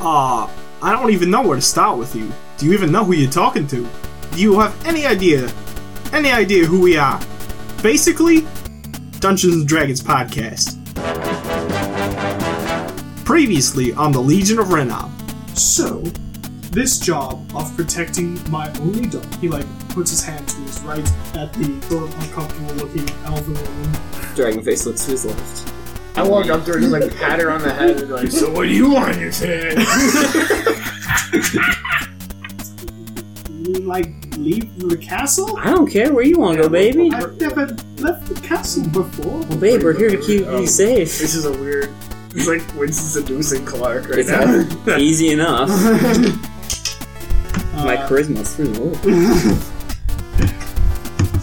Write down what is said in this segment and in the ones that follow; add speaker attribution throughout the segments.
Speaker 1: Aw, Uh, I don't even know where to start with you. Do you even know who you're talking to? Do you have any idea? Any idea who we are? Basically, Dungeons and Dragons podcast. Previously on the Legion of Renob.
Speaker 2: So, this job of protecting my only dog, he like puts his hand to his right at the sort of uncomfortable looking elven woman.
Speaker 3: Dragonface looks to his left.
Speaker 4: I walk up to her, just like pat her on the head, and like, so what do you want on your head?
Speaker 2: You like leave the castle?
Speaker 5: I don't care where you want to go, baby.
Speaker 2: I've never left the castle before.
Speaker 5: Well, babe, we're here to keep you safe.
Speaker 4: This is a weird. It's like Winston seducing Clark right
Speaker 5: It's
Speaker 4: now.
Speaker 5: easy enough. My
Speaker 2: Uh,
Speaker 5: charisma's through the roof.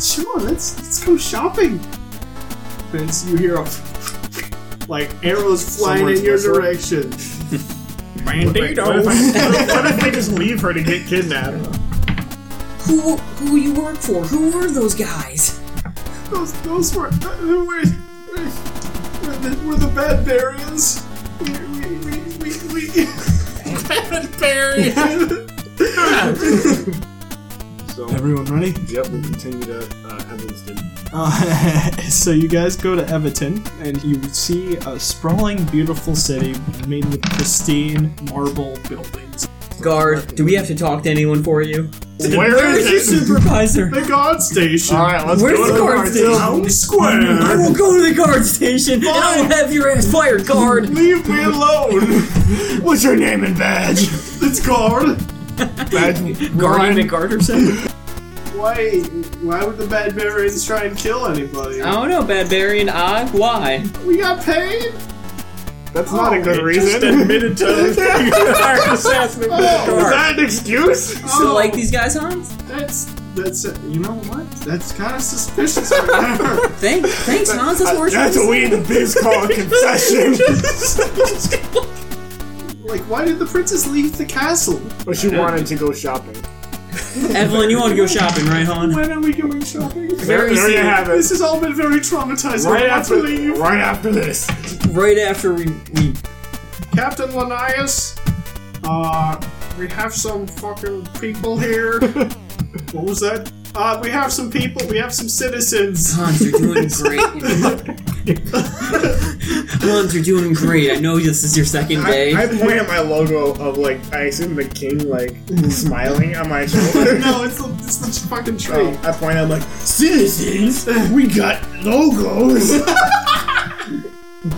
Speaker 2: Sure, let's let's go shopping. Vince, you hear a, like arrows flying
Speaker 4: Someone's
Speaker 2: in your
Speaker 4: whistle.
Speaker 2: direction.
Speaker 4: What if, I, what, if, what if I just leave her to get kidnapped?
Speaker 6: Who who you work for? Who were those guys?
Speaker 2: Those those were uh, were, were, were the, were the Badbarians. We we we we. we
Speaker 4: So,
Speaker 1: Everyone ready?
Speaker 4: yep, we'll continue to uh, Evanston.
Speaker 1: Uh, so you guys go to Everton, and you see a sprawling, beautiful city made with pristine marble buildings.
Speaker 5: Guard, do we have to talk to anyone for you?
Speaker 4: Where is it?
Speaker 5: Supervisor,
Speaker 2: the guard station.
Speaker 4: Alright, let's
Speaker 5: Where's
Speaker 4: go
Speaker 5: the
Speaker 4: to
Speaker 5: guard station?
Speaker 4: town square.
Speaker 5: I will go to the guard station and I will have your ass fired, guard.
Speaker 4: Leave me alone. What's your name and badge?
Speaker 2: It's guard.
Speaker 4: Badge.
Speaker 5: Guardian and guard or something?
Speaker 2: Why why would the Badbarians try and kill anybody?
Speaker 4: Oh.
Speaker 5: I don't know, Badbarian. I why?
Speaker 2: We got paid.
Speaker 4: That's not a good
Speaker 2: Oh,
Speaker 4: reason. Just admitted to
Speaker 1: Oh.
Speaker 2: Oh.
Speaker 4: Is that an excuse?
Speaker 5: So like these guys, huh?
Speaker 2: That's that's uh, you know what? That's kind of suspicious. right there.
Speaker 5: Thanks, thanks, Hans. That's worse.
Speaker 4: That's what we in the biz call a confession.
Speaker 2: like, why did the princess leave the castle?
Speaker 4: but she wanted to go shopping.
Speaker 5: Evelyn, you want to go shopping, right, hon?
Speaker 2: When are we going shopping?
Speaker 4: There, there you
Speaker 5: soon.
Speaker 4: have it.
Speaker 2: This has all been very traumatizing.
Speaker 4: Right
Speaker 2: I want
Speaker 4: after,
Speaker 2: to leave.
Speaker 4: right after this.
Speaker 5: Right after we, we
Speaker 2: Captain Linnaeus, uh, we have some fucking people here. what was that? Uh, we have some people. We have some citizens.
Speaker 5: Hans, you're doing great. Hans, you're doing great. I know this is your second day.
Speaker 4: I, I point at my logo of like I assume the king like smiling on my shoulder.
Speaker 2: no, it's the, it's the fucking tree.
Speaker 4: Um,
Speaker 7: Oh.
Speaker 4: I point out like citizens. We got logos. Oh.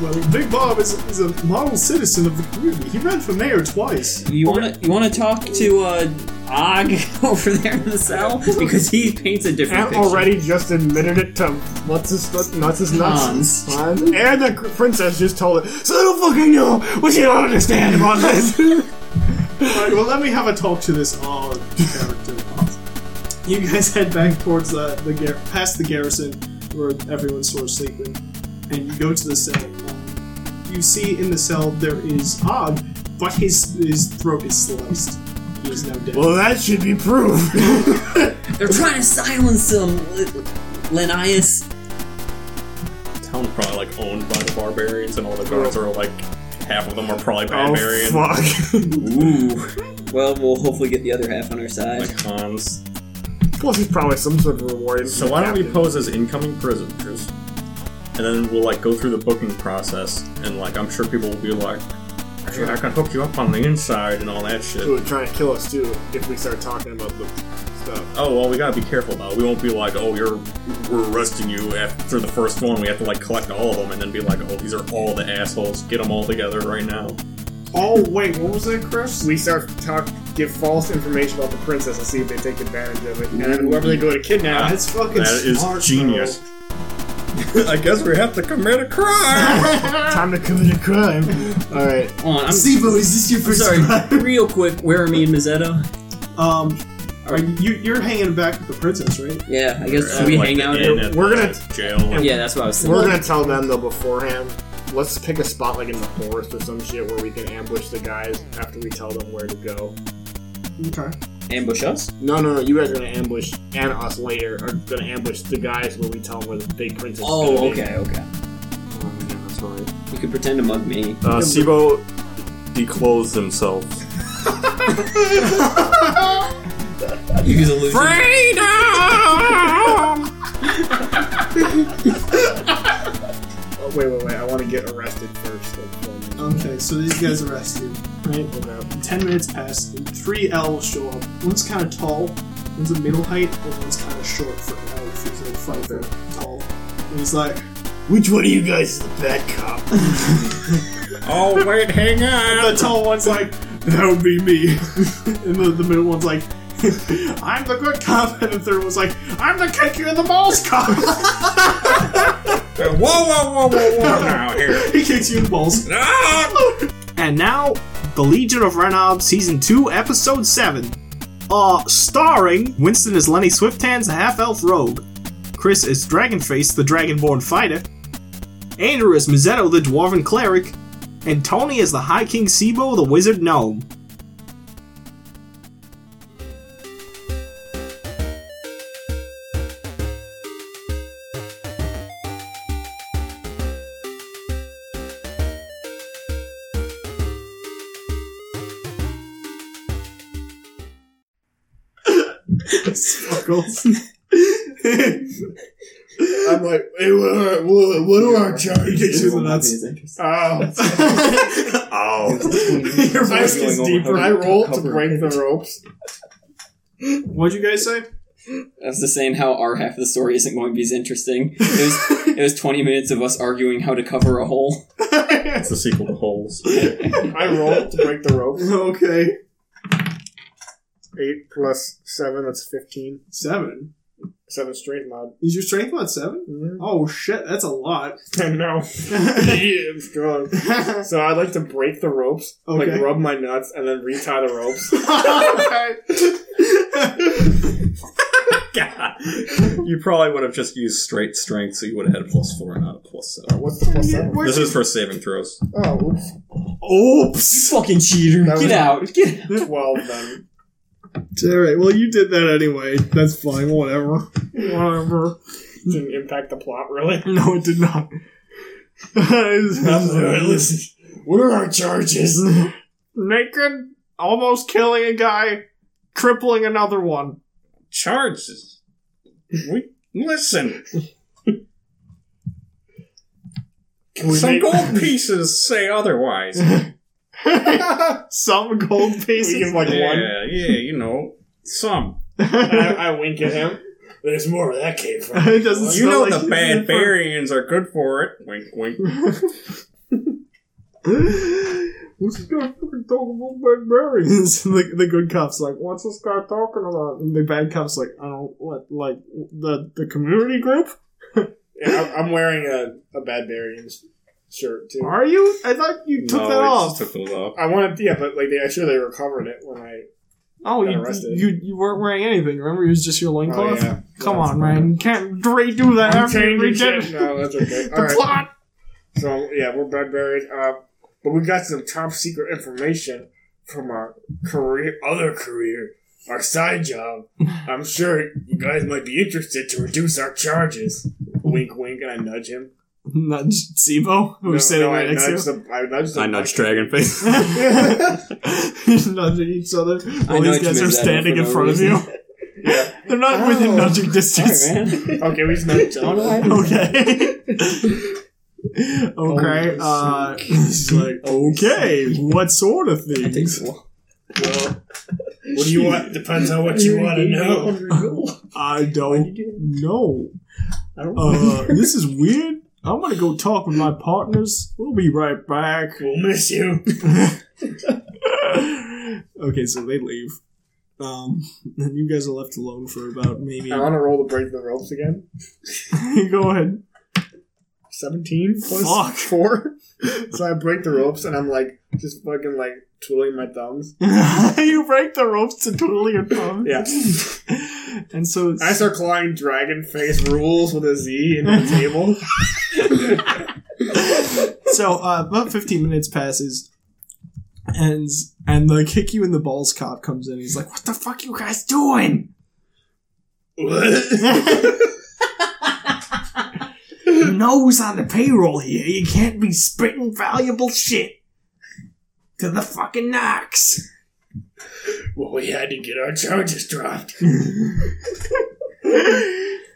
Speaker 2: Well, Big Bob is, is a model citizen of the community. He ran for mayor twice.
Speaker 5: you wanna you wanna talk to uh Og over there in the cell because he paints a different
Speaker 4: Aunt
Speaker 5: picture.
Speaker 4: already just admitted it to what's his nut- nuts his nuts.
Speaker 5: Hans.
Speaker 4: Hans. And the cr- princess just told it. So I don't fucking know what you don't understand about this.
Speaker 2: Alright, well, let me have a talk to this odd character. You guys head back towards the, the gar- past the garrison where everyone's sort of sleeping, and you go to the cell. Um, you see in the cell there is Og, but his his throat is sliced. He is now dead.
Speaker 4: well, that should be proof.
Speaker 5: They're trying to silence him, L- Linnaeus.
Speaker 7: town's probably like owned by the barbarians, and all the guards are like half of them are probably barbarians.
Speaker 4: Oh, fuck.
Speaker 5: Ooh. Well, we'll hopefully get the other half on our side.
Speaker 7: like Hans.
Speaker 4: Plus, it's probably some sort of reward.
Speaker 7: So why don't we
Speaker 4: Captain.
Speaker 7: pose as incoming prisoners, and then we'll like go through the booking process, and like I'm sure people will be like, "Hey, I can hook you up on the inside and all that
Speaker 4: Who
Speaker 7: shit.
Speaker 4: would try and kill us too if we start talking about the stuff?
Speaker 7: Oh well, we gotta be careful though. We won't be like, oh, you're we're arresting you after the first one. We have to like collect all of them and then be like, oh, these are all the assholes. Get them all together right now.
Speaker 2: Oh wait, what was that, Chris?
Speaker 4: We start to talk, give false information about the princess and see if they take advantage of it. And
Speaker 7: Mm-hmm.
Speaker 4: then whoever they go to kidnap,
Speaker 2: That's fucking
Speaker 7: That is
Speaker 2: smart,
Speaker 7: genius. I guess we have to commit a crime.
Speaker 4: time to commit a crime. All right,
Speaker 5: Hold on, I'm,
Speaker 2: Sibo, is this your
Speaker 5: I'm
Speaker 2: first
Speaker 5: sorry. Real quick, where are me and Mazzetto?
Speaker 2: Um, are you you're hanging back with the princess, right?
Speaker 5: Yeah, I guess should we
Speaker 7: Like,
Speaker 5: hang out
Speaker 7: in
Speaker 5: here?
Speaker 7: at
Speaker 4: We're
Speaker 7: the
Speaker 4: gonna-
Speaker 7: jail.
Speaker 5: Yeah, that's what I was thinking.
Speaker 4: uh, we're gonna tell them though beforehand. Let's pick a spot like in the forest or some shit where we can ambush the guys after we tell them where to go.
Speaker 2: Okay.
Speaker 5: Ambush us?
Speaker 4: No, no, no. You guys are gonna ambush, and us later are gonna ambush the guys where we tell them where the big princess. is
Speaker 5: Oh,
Speaker 4: gonna be.
Speaker 5: okay, okay.
Speaker 4: Oh, yeah, that's right.
Speaker 5: You could pretend to mug me.
Speaker 7: Uh, Sibo declothes themselves.
Speaker 5: Use illusion.
Speaker 4: Oh, wait, wait, wait. I want to get arrested first. Like, um,
Speaker 2: Okay, so these guys arrested. Right? Ten minutes pass, and three elves show up. One's kind of tall, one's a middle height, and one's kind of short for an elf. He's like five foot tall. And he's like,
Speaker 4: Which one of you guys is the bad cop?
Speaker 7: Oh wait, hang on.
Speaker 2: the tall one's like, that would be me. and the, the middle one's like, I'm the good cop. And the third one's like, I'm the kick you in the balls cop.
Speaker 7: Whoa, whoa, whoa, whoa, whoa! Now here.
Speaker 2: he kicks you in the balls.
Speaker 7: Ah!
Speaker 8: And now, The Legion of Renob, Season 2, Episode 7. Uh, starring Winston as Lenny Swifthand's half elf rogue, Chris as Dragonface, the Dragonborn fighter, Andrew as Mazzetto, the Dwarven cleric, and Tony as the High King Sibo, the wizard gnome.
Speaker 2: Sparkles.
Speaker 4: I'm like, hey, what are, what, what are our charges?
Speaker 2: you in the nuts.
Speaker 4: Oh,
Speaker 7: Oh.
Speaker 2: Your voice
Speaker 4: Going
Speaker 2: gets
Speaker 4: over
Speaker 2: deeper.
Speaker 4: I rolled to break the ropes.
Speaker 2: What'd you guys say?
Speaker 5: I was just saying how our half of the story isn't going to be as interesting. It was, it was 20 minutes of us arguing how to cover a hole.
Speaker 7: That's the sequel to Holes.
Speaker 4: I rolled to break the ropes.
Speaker 2: Okay.
Speaker 4: Eight plus seven, that's fifteen.
Speaker 2: Seven.
Speaker 4: Seven straight mod. Mm-hmm.
Speaker 2: Is your strength mod seven? Oh shit, that's a lot.
Speaker 4: I know. yeah, I'm strong. So I'd like to break the ropes,
Speaker 2: Okay.
Speaker 4: like rub my nuts, and then retie the ropes.
Speaker 7: God. You probably would have just used straight strength, so you would have had a plus four, not a plus seven.
Speaker 4: What's the plus seven?
Speaker 7: This is for saving throws.
Speaker 4: Oh, oops.
Speaker 2: Oops.
Speaker 5: Fucking cheater.
Speaker 4: That was-
Speaker 5: Get out. Get out.
Speaker 4: Twelve then.
Speaker 2: All right. Well, you did that anyway. That's fine. Whatever. Whatever.
Speaker 4: Didn't impact the plot really.
Speaker 2: No, it did not.
Speaker 4: listen. What are our charges?
Speaker 2: Naked, almost killing a guy, crippling another one.
Speaker 7: Charges. We listen.
Speaker 4: Can we
Speaker 7: Some
Speaker 4: make-
Speaker 7: gold pieces say otherwise.
Speaker 2: Some gold
Speaker 4: We give
Speaker 2: pieces.
Speaker 4: like one.
Speaker 7: Yeah, yeah, you know, some.
Speaker 4: I, I wink at him. There's more where that came from.
Speaker 2: it doesn't
Speaker 7: You
Speaker 2: smell
Speaker 7: know
Speaker 2: like
Speaker 7: the barbarians are good for it. Wink, wink.
Speaker 2: What's this guy fucking talking about bad berries? the, the good cop's like, what's this guy talking about? And the bad cop's like, I don't what like the the community group?
Speaker 4: Yeah, I'm- I'm wearing a, a Bad Barians shirt too.
Speaker 2: Are you? I thought you took
Speaker 7: no,
Speaker 2: that
Speaker 7: we
Speaker 2: off.
Speaker 7: just took those off.
Speaker 4: I want to, yeah, but like they, I'm sure they recovered it when I.
Speaker 2: oh,
Speaker 4: got
Speaker 2: you,
Speaker 4: arrested.
Speaker 2: you you weren't wearing anything. Remember, it was just your
Speaker 4: Oh,
Speaker 2: loincloth.
Speaker 4: yeah.
Speaker 2: Come
Speaker 4: Yeah,
Speaker 2: on, man! You can't redo that
Speaker 4: I'm
Speaker 2: after you
Speaker 4: changing
Speaker 2: redid
Speaker 4: shit.
Speaker 2: it.
Speaker 4: No, that's okay.
Speaker 2: the
Speaker 4: All right.
Speaker 2: plot.
Speaker 4: So yeah, we're Bad Barians, uh, but we got some top secret information from our career, other career, our side job. I'm sure you guys might be interested to reduce our charges. Wink, wink, and I nudge him.
Speaker 2: Nudge Sibo, who's sitting right
Speaker 4: I
Speaker 2: next to
Speaker 4: nudge the, I nudge the
Speaker 7: I nudged Dragonface.
Speaker 2: you. Nudging each other while these
Speaker 5: nudge
Speaker 2: guys
Speaker 5: Mazzetto
Speaker 2: are standing
Speaker 5: for
Speaker 2: in
Speaker 5: no
Speaker 2: front
Speaker 5: reason.
Speaker 2: of you.
Speaker 4: Yeah.
Speaker 2: They're not
Speaker 5: Oh.
Speaker 2: within nudging distance.
Speaker 5: Sorry, man.
Speaker 4: Okay, we just nudge each
Speaker 5: Don't know why I
Speaker 4: other.
Speaker 5: did that.
Speaker 2: okay.
Speaker 5: Oh,
Speaker 2: okay. Uh, he's like, okay, what sort of
Speaker 5: I
Speaker 2: thing?
Speaker 5: think so.
Speaker 4: Well, what do you want? Depends on what you want to know.
Speaker 2: I don't know. Uh, this is weird. I'm gonna go talk with my partners. We'll be right back.
Speaker 4: We'll miss you.
Speaker 2: okay, so they leave. Um, and you guys are left alone for about maybe.
Speaker 4: I want to roll to break the ropes again.
Speaker 2: Go ahead.
Speaker 4: 17 plus
Speaker 2: Fuck.
Speaker 4: 4. So I break the ropes and I'm like, just fucking like twiddling my thumbs.
Speaker 2: you break the ropes to twiddle your thumb.
Speaker 4: Yeah.
Speaker 2: And so
Speaker 4: I start clawing dragon face rules with a Z in the table.
Speaker 2: so uh, about 15 minutes passes and and the kick you in the balls cop comes in he's like what the fuck you guys doing you know who's on the payroll here you can't be spitting valuable shit to the fucking Knox.
Speaker 4: Well, we had to get our charges dropped.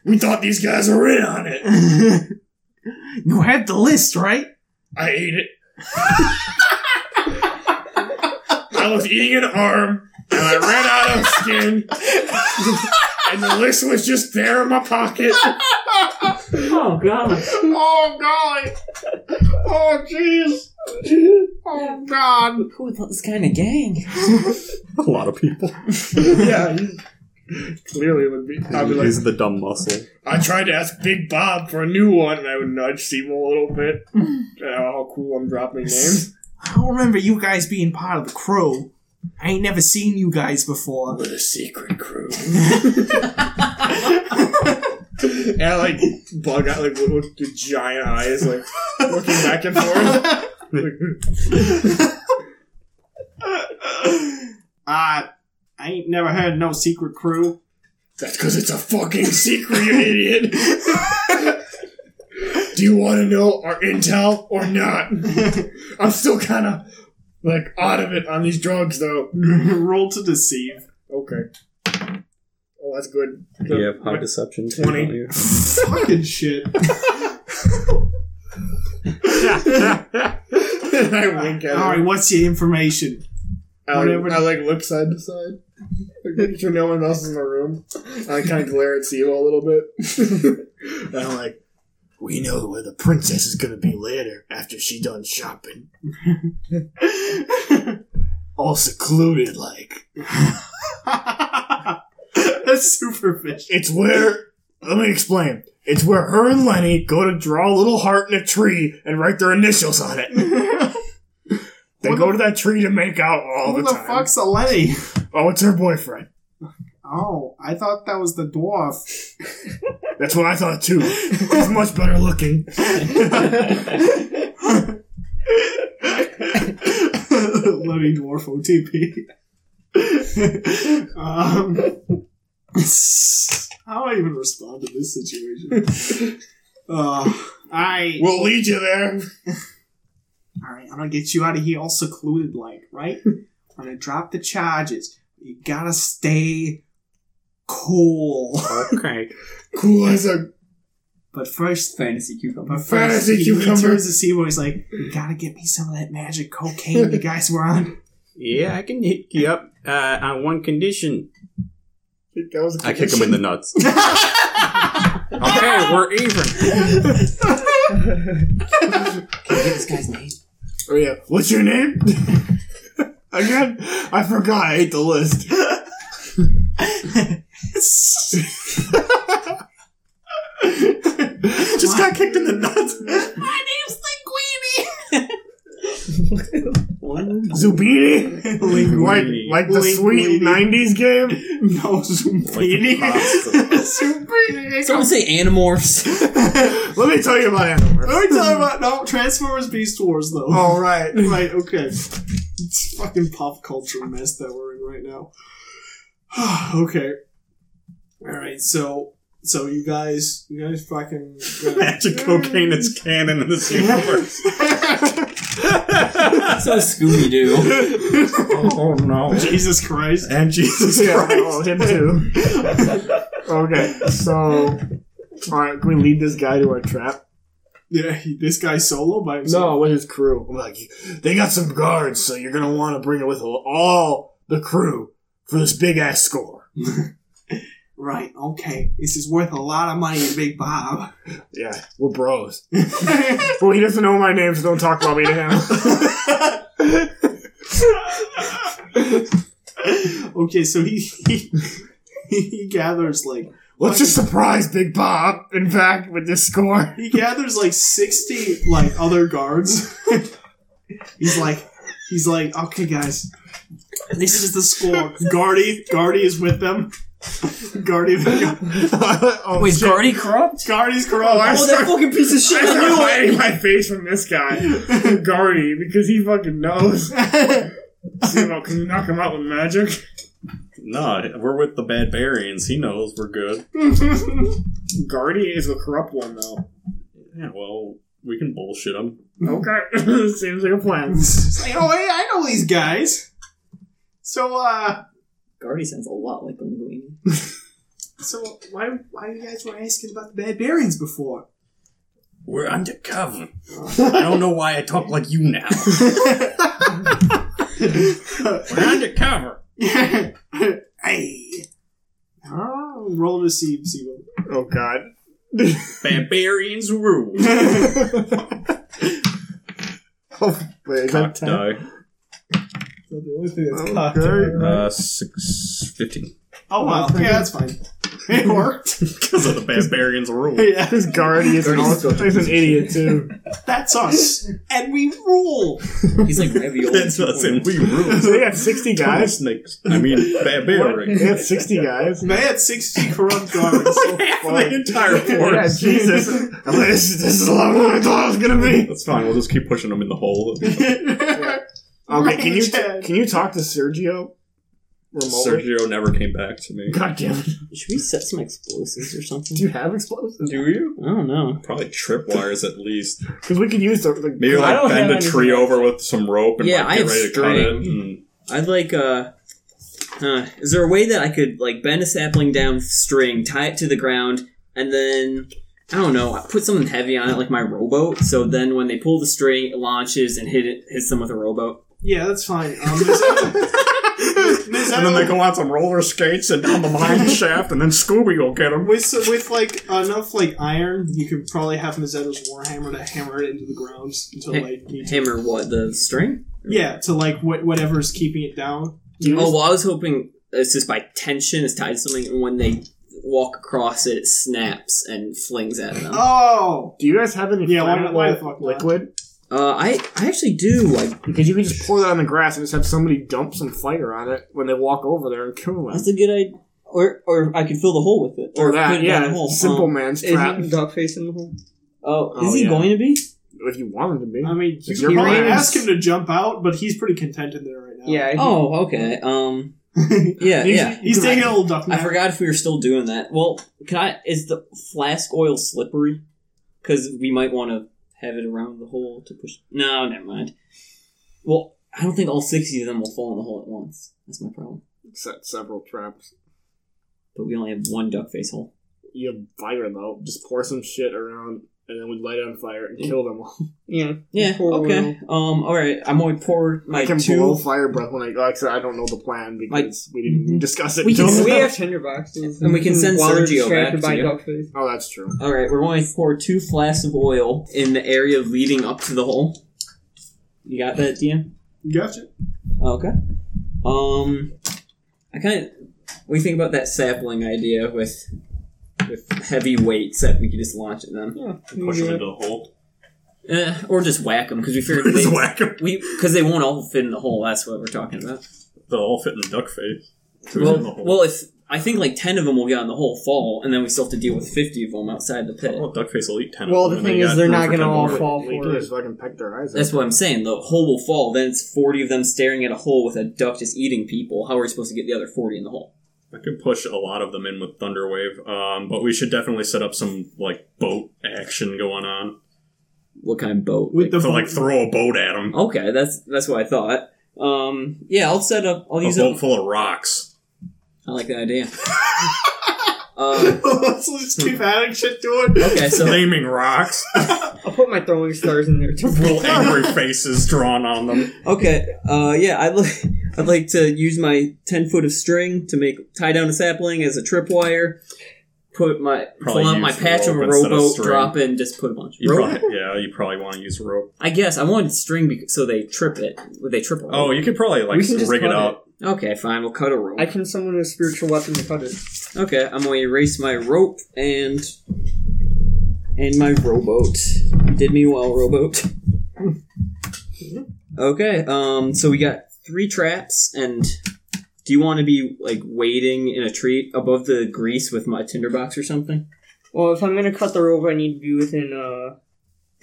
Speaker 4: we thought these guys were in on it.
Speaker 2: you have the list, right?
Speaker 4: I ate it. I was eating an arm, and I ran out of skin, and the list was just there in my pocket.
Speaker 2: Oh god.
Speaker 4: Oh god! Oh jeez! Oh god!
Speaker 5: Who would let this guy in a gang?
Speaker 7: A lot of people.
Speaker 4: Yeah, he's- clearly it would be. I'd be like,
Speaker 7: He's the dumb muscle.
Speaker 4: I tried to ask Big Bob for a new one, and I would nudge Steven a little bit. And how cool I'm dropping names.
Speaker 2: I don't remember you guys being part of the crew. I ain't never seen you guys before.
Speaker 4: With a secret crew. and I, like bug out, like with, with the giant eyes, like looking back and forth. Like,
Speaker 2: Uh, I ain't never heard no secret crew.
Speaker 4: That's because it's a fucking secret, you idiot. Do you want to know our intel or not? I'm still kind of like out of it on these drugs, though.
Speaker 2: Roll to deceive.
Speaker 4: Okay. Oh, that's good.
Speaker 7: You have high deception too.
Speaker 4: 20.
Speaker 7: don't you?
Speaker 2: Fucking shit.
Speaker 4: and I wink at
Speaker 2: Alright,
Speaker 4: him.
Speaker 2: what's your information?
Speaker 4: I
Speaker 2: whatever-
Speaker 4: like, I like look side to side. Like, make sure no one else is in the room. I kind of glare at Siva a little bit. and I'm like, we know where the princess is going to be later after she done shopping. All secluded, like.
Speaker 2: That's superficial.
Speaker 4: It's where. Let me explain. It's where her and Lenny go to draw a little heart in a tree and write their initials on it. They
Speaker 2: What
Speaker 4: go
Speaker 2: the-
Speaker 4: to that tree to make out all
Speaker 2: Who
Speaker 4: the
Speaker 2: the
Speaker 4: time.
Speaker 2: fuck's a Lenny?
Speaker 4: Oh, it's her boyfriend.
Speaker 2: Oh, I thought that was the dwarf.
Speaker 4: That's what I thought too. He's much better looking.
Speaker 2: Lenny Dwarf OTP. um, I don't even respond to this situation. Uh, I
Speaker 4: We'll lead you there.
Speaker 2: all right. I'm gonna get you out of here all secluded, like right. I'm gonna drop the charges. You gotta stay cool.
Speaker 7: Okay.
Speaker 4: Cool as a
Speaker 2: But first,
Speaker 5: Fantasy cucumber.
Speaker 2: But first,
Speaker 4: Fantasy
Speaker 2: he, he
Speaker 4: cucumber.
Speaker 2: turns to Seymour. He's like, "You gotta get me some of that magic cocaine you guys were on."
Speaker 7: Yeah, I can hit you up uh, on one condition.
Speaker 4: that was. A
Speaker 7: I kick him in the nuts. okay, we're even.
Speaker 5: this guy's name.
Speaker 4: Oh yeah. What's your name? Again, I forgot. I ate the list. Just got kicked in the nuts.
Speaker 9: My name's Linguini!
Speaker 4: Zubini, like
Speaker 7: Linguini.
Speaker 4: like the sweet
Speaker 2: Linguini.
Speaker 4: '90s game.
Speaker 2: no, Zumbini.
Speaker 5: Someone say Animorphs.
Speaker 4: Let me tell you about Animorphs.
Speaker 2: Are we talking about no Transformers Beast Wars though?
Speaker 4: All right.
Speaker 2: right, okay. It's fucking pop culture mess that we're in right now. okay. Alright, so so you guys you guys fucking
Speaker 7: Magic cocaine is canon in this universe.
Speaker 5: so Scooby Doo.
Speaker 7: oh no.
Speaker 2: Jesus Christ.
Speaker 7: And Jesus
Speaker 4: Yeah,
Speaker 7: Christ.
Speaker 4: oh, him too. okay, so. Alright, can we lead this guy to our trap?
Speaker 2: Yeah, he, this guy solo by himself.
Speaker 4: No, with his crew. I'm like, they got some guards, so you're gonna want to bring with all the crew for this big ass score.
Speaker 2: Right, okay. This is worth a lot of money to Big Bob.
Speaker 4: Yeah, we're bros. well, he doesn't know my name, so don't talk about me to him.
Speaker 2: okay, so he, he he gathers like
Speaker 4: Let's just surprise Big Bob. In fact, with this score,
Speaker 2: he gathers like sixty like other guards. he's like he's like, okay guys, this is the score. Guardy Guardy is with them. Guardy
Speaker 4: oh,
Speaker 5: Wait, is Guardy corrupt?
Speaker 2: Guardy's corrupt.
Speaker 4: I
Speaker 5: Oh, that fucking piece of shit!
Speaker 4: I
Speaker 5: I
Speaker 4: started
Speaker 5: knew it!
Speaker 4: hiding my face from this guy, Guardy, because he fucking knows. you know, can you knock him out with magic?
Speaker 7: No, we're with the barbarians. He knows we're good.
Speaker 4: Guardy is a corrupt one, though.
Speaker 7: Yeah, well, we can bullshit them.
Speaker 4: Okay, seems like a plan.
Speaker 10: It's like, oh, hey, I know these guys. So, uh,
Speaker 5: Guardy sounds a lot like Linguini.
Speaker 10: so why why you guys were asking about the bad bearings before?
Speaker 7: We're undercover. I don't know why I talk like you now. We're undercover.
Speaker 10: hey. Oh, roll to see, see what.
Speaker 4: Oh god.
Speaker 7: Barbarians rule.
Speaker 4: Oh, wait,
Speaker 7: Cock die.
Speaker 10: So the only thing that's
Speaker 4: Okay.
Speaker 10: cocked.
Speaker 7: Uh, six, 15.
Speaker 10: Oh, wow. Yeah, that's fine. It worked.
Speaker 7: Because of the barbarians rule.
Speaker 4: yeah, this guard is an, he's an idiot too.
Speaker 10: That's us. And we rule.
Speaker 5: He's like ravioli.
Speaker 7: That's us and we rule.
Speaker 4: So they had sixty guys.
Speaker 7: Snakes. I mean,
Speaker 4: They
Speaker 7: barbarians.
Speaker 4: had sixty guys.
Speaker 10: They had 60 corrupt guards.
Speaker 7: the entire
Speaker 4: Yeah,
Speaker 7: force.
Speaker 4: Jesus. I'm like, this, is- this is a lot more than I thought it was gonna be.
Speaker 7: That's fine. We'll just keep pushing them in the hole.
Speaker 4: Okay, can you
Speaker 10: Chad.
Speaker 4: can you talk to Sergio? Remotely?
Speaker 7: Sergio never came back to me.
Speaker 4: God damn it!
Speaker 5: Should we set some explosives or something?
Speaker 4: Do you have explosives?
Speaker 7: Do you?
Speaker 5: I don't know.
Speaker 7: Probably tripwires at least.
Speaker 4: Because we could use the, the
Speaker 7: Maybe
Speaker 5: I
Speaker 7: like
Speaker 5: don't
Speaker 7: bend
Speaker 5: have
Speaker 7: a tree over with some rope and
Speaker 5: Yeah, I
Speaker 7: like, get
Speaker 5: have
Speaker 7: ready to cut it. And
Speaker 5: I'd like, uh, huh, is there a way that I could, like, bend a sapling down string, tie it to the ground, and then, I don't know, put something heavy on it, like my rowboat, so then when they pull the string, it launches and hit it, hits them with a rowboat?
Speaker 10: yeah, that's fine. Um, there's- there's-
Speaker 7: And then they go on some roller skates and down the mine shaft, and then Scooby will get them.
Speaker 10: With, so- with like enough like iron, you could probably have Mazzetto's warhammer to hammer it into the ground until
Speaker 5: Hey,
Speaker 10: like you-
Speaker 5: Hammer what, the string?
Speaker 10: yeah, to like what whatever's keeping it down. You
Speaker 5: Oh, well, I was hoping it's just by tension, it's tied to something, and when they walk across it, it snaps and flings at them.
Speaker 10: oh,
Speaker 4: Do you guys have any
Speaker 10: Yeah, why-
Speaker 4: flammable
Speaker 10: why the fuck not?
Speaker 4: liquid?
Speaker 5: Uh, I, I actually do, like,
Speaker 4: Because you could just pour that on the grass and just have somebody dump some fire on it when they walk over there and kill them.
Speaker 5: That's a good idea. Or, or I could fill the hole with it.
Speaker 4: or
Speaker 5: put
Speaker 4: that,
Speaker 5: it down the
Speaker 4: yeah,
Speaker 5: hole.
Speaker 4: simple
Speaker 5: Um,
Speaker 4: man's trap.
Speaker 5: Duckface in the hole? Oh,
Speaker 4: Oh,
Speaker 5: is he
Speaker 4: yeah.
Speaker 5: going to be?
Speaker 4: If you want him to be,
Speaker 10: I mean, you
Speaker 4: It's
Speaker 10: could
Speaker 4: your
Speaker 10: probably
Speaker 4: brains.
Speaker 10: ask him to jump out, but he's pretty content in there right now.
Speaker 5: Oh, okay. Um, yeah,
Speaker 4: He's-
Speaker 5: yeah.
Speaker 10: he's taking a little duck
Speaker 5: I
Speaker 10: nap.
Speaker 5: forgot if we were still doing that. Well, can I? Is the flask oil slippery? Because we might want to have it around the hole to push. No, never mind. Well, I don't think all sixty of them will fall in the hole at once. That's my problem.
Speaker 4: set several traps.
Speaker 5: But we only have one duck face hole.
Speaker 4: You have fire though. Just pour some shit around, and then we light it on fire and kill them all.
Speaker 11: Yeah.
Speaker 5: Yeah.
Speaker 11: Pour
Speaker 5: Okay. Um. All right. I'm going to pour my
Speaker 4: I can
Speaker 5: two.
Speaker 4: blow fire breath when I like I said I don't know the plan because we didn't discuss it.
Speaker 5: We can
Speaker 4: until-
Speaker 5: swim.
Speaker 11: We have tinderboxes.
Speaker 5: And we can send
Speaker 11: While they're
Speaker 5: Sergio back
Speaker 11: distracted
Speaker 5: to
Speaker 11: by
Speaker 5: you.
Speaker 11: Duckface.
Speaker 4: oh, that's true.
Speaker 5: All right, we're going to pour two flasks of oil in the area leading up to the hole. You got that, DM?
Speaker 10: Gotcha.
Speaker 5: Oh, Okay. Um, I kind of. What do you think about that sapling idea with with heavy weights that we could just launch at them,
Speaker 7: Push them into the hole.
Speaker 5: eh, or just whack them because we figured
Speaker 7: Just
Speaker 5: they,
Speaker 7: whack 'em.
Speaker 5: we because they won't all fit in the hole. That's what we're talking about.
Speaker 7: They'll all fit in the duck face. Who's in the
Speaker 5: Well,
Speaker 7: hole?
Speaker 5: well, if I think like ten of them will get on the hole, fall, and then we still have to deal with fifty of them outside the pit.
Speaker 7: Well, Duckface will eat ten.
Speaker 11: Well,
Speaker 7: of
Speaker 11: the
Speaker 7: them, and
Speaker 11: thing
Speaker 7: they
Speaker 11: is,
Speaker 7: got
Speaker 11: they're
Speaker 7: room
Speaker 11: not
Speaker 7: for
Speaker 11: going to
Speaker 7: 10
Speaker 11: all
Speaker 7: more.
Speaker 11: fall
Speaker 4: We
Speaker 11: for
Speaker 4: can
Speaker 11: it.
Speaker 4: just fucking peck their eyes.
Speaker 5: That's
Speaker 4: out.
Speaker 5: what I'm saying. The hole will fall. Then it's 40 of them staring at a hole with a duck just eating people. How are we supposed to get the other 40 in the hole?
Speaker 7: I could push a lot of them in with Thunderwave, um, but we should definitely set up some like boat action going on.
Speaker 5: What kind of boat?
Speaker 10: With the
Speaker 7: So like throw a boat at them.
Speaker 5: okay, that's that's what I thought. Um, yeah, I'll set up. I'll
Speaker 7: A
Speaker 5: use
Speaker 7: boat
Speaker 5: up.
Speaker 7: full of rocks.
Speaker 5: I like that idea. uh,
Speaker 10: Let's just keep adding shit to it.
Speaker 5: okay, so
Speaker 7: Flaming rocks
Speaker 11: I'll put my throwing stars in there too.
Speaker 7: with little angry faces drawn on them.
Speaker 5: okay, uh, yeah, I'd like I'd like to use my 10 foot of string to make tie down a sapling as a tripwire. Put my
Speaker 7: Probably
Speaker 5: pull out my
Speaker 7: use
Speaker 5: patch of a
Speaker 7: rope instead of
Speaker 5: rowboat,
Speaker 7: string.
Speaker 5: drop in, just put a bunch.
Speaker 7: You
Speaker 5: rope?
Speaker 7: probably, yeah, you probably want to use rope.
Speaker 5: I guess I wanted string bec so they trip it. They trip. a
Speaker 7: Oh,
Speaker 5: rope.
Speaker 7: you could probably like
Speaker 11: We can just
Speaker 7: rig it
Speaker 11: cut
Speaker 7: up.
Speaker 5: Okay, fine. We'll cut a rope.
Speaker 11: I can summon a spiritual weapon to cut it.
Speaker 5: Okay, I'm gonna erase my rope and and my rowboat. You Did me well, rowboat. okay, um, so we got three traps, and do you want to be like waiting in a tree above the grease with my tinderbox or something?
Speaker 11: Well, if I'm going to cut the rope, I need to be within, uh,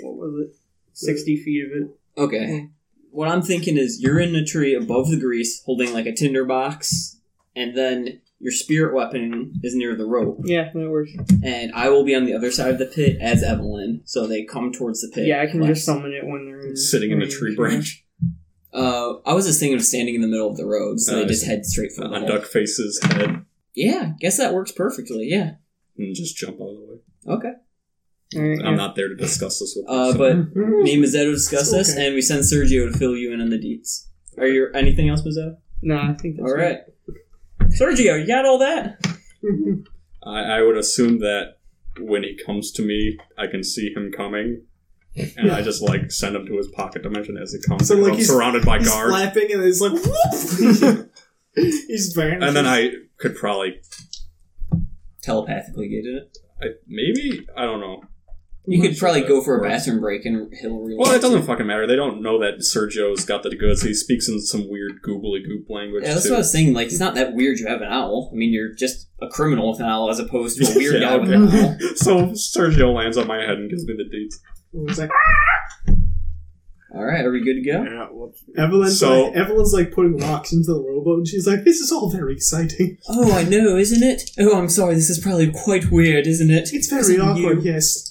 Speaker 11: what was it? 60 feet of it.
Speaker 5: Okay. What I'm thinking is you're in a tree above the grease, holding like a tinderbox, and then Your spirit weapon is near the rope,
Speaker 11: Yeah, that works.
Speaker 5: and I will be on the other side of the pit as Evelyn. So they come towards the pit.
Speaker 11: Yeah, I can
Speaker 5: Like,
Speaker 11: just summon it when they're in
Speaker 7: Sitting in a
Speaker 11: range.
Speaker 7: tree branch.
Speaker 5: Uh, I was just thinking of standing in the middle of the road, so
Speaker 7: Oh,
Speaker 5: they
Speaker 7: I
Speaker 5: just
Speaker 7: see.
Speaker 5: head straight for the
Speaker 7: On
Speaker 5: wall.
Speaker 7: Duckface's head
Speaker 5: Yeah, guess that works perfectly. Yeah.
Speaker 7: and just jump out of the way.
Speaker 5: Okay.
Speaker 11: Alright,
Speaker 7: I'm
Speaker 11: yeah.
Speaker 7: not there to discuss this with
Speaker 5: Uh,
Speaker 7: you, so-
Speaker 5: but me and Mazzetto discuss
Speaker 10: It's
Speaker 5: this, and we send Sergio to fill you in on the deets. Are you anything else, Mazzetto?
Speaker 11: Nah, I think that's
Speaker 5: All right. Sergio, you got all that?
Speaker 7: I, I would assume that when he comes to me, I can see him coming, and I just like send him to his pocket dimension as he comes.
Speaker 10: So,
Speaker 7: So
Speaker 10: like,
Speaker 7: I'm
Speaker 10: he's-
Speaker 7: surrounded by
Speaker 10: He's
Speaker 7: guards,
Speaker 10: flapping and it's like whoop. He's vanished.
Speaker 7: and then I could probably,
Speaker 5: Telepathically get it.
Speaker 7: I, maybe I don't know.
Speaker 5: You could probably go for a
Speaker 7: Works.
Speaker 5: bathroom break, and he'll realize.
Speaker 7: Well, it doesn't fucking matter. They don't know that Sergio's got the goods. He speaks in some weird goobly goop language
Speaker 5: Yeah, that's
Speaker 7: too.
Speaker 5: what I was saying. Like, it's not that weird. You have an owl. I mean, you're just a criminal with an owl, as opposed to a weird
Speaker 7: Yeah,
Speaker 5: guy with
Speaker 7: okay.
Speaker 5: an owl.
Speaker 7: so Sergio lands on my head and gives me the deeds.
Speaker 10: It's like,
Speaker 5: All right, are we good to go?
Speaker 4: Yeah, well,
Speaker 10: Evelyn's
Speaker 7: So-
Speaker 10: like Evelyn's like putting rocks into the rowboat and she's like, This is all very exciting.
Speaker 5: Oh, I know, isn't it? Oh, I'm sorry. This is probably quite weird, isn't it?
Speaker 10: It's
Speaker 5: Isn't
Speaker 10: very
Speaker 5: you?
Speaker 10: awkward,
Speaker 4: Um,
Speaker 10: yes.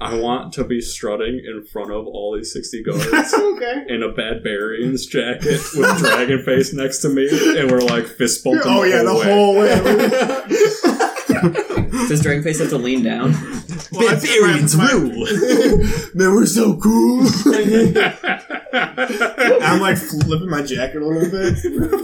Speaker 7: I want to be strutting in front of all these sixty guards.
Speaker 10: okay.
Speaker 7: in a Bad Barbarians jacket with dragon face next to me, and we're like fist bumping.
Speaker 4: oh yeah, the
Speaker 7: way.
Speaker 4: whole way.
Speaker 5: Does Dragonface have to lean down?
Speaker 4: Well, that's my- my- Man, we're so cool. I'm like flipping my jacket a little bit.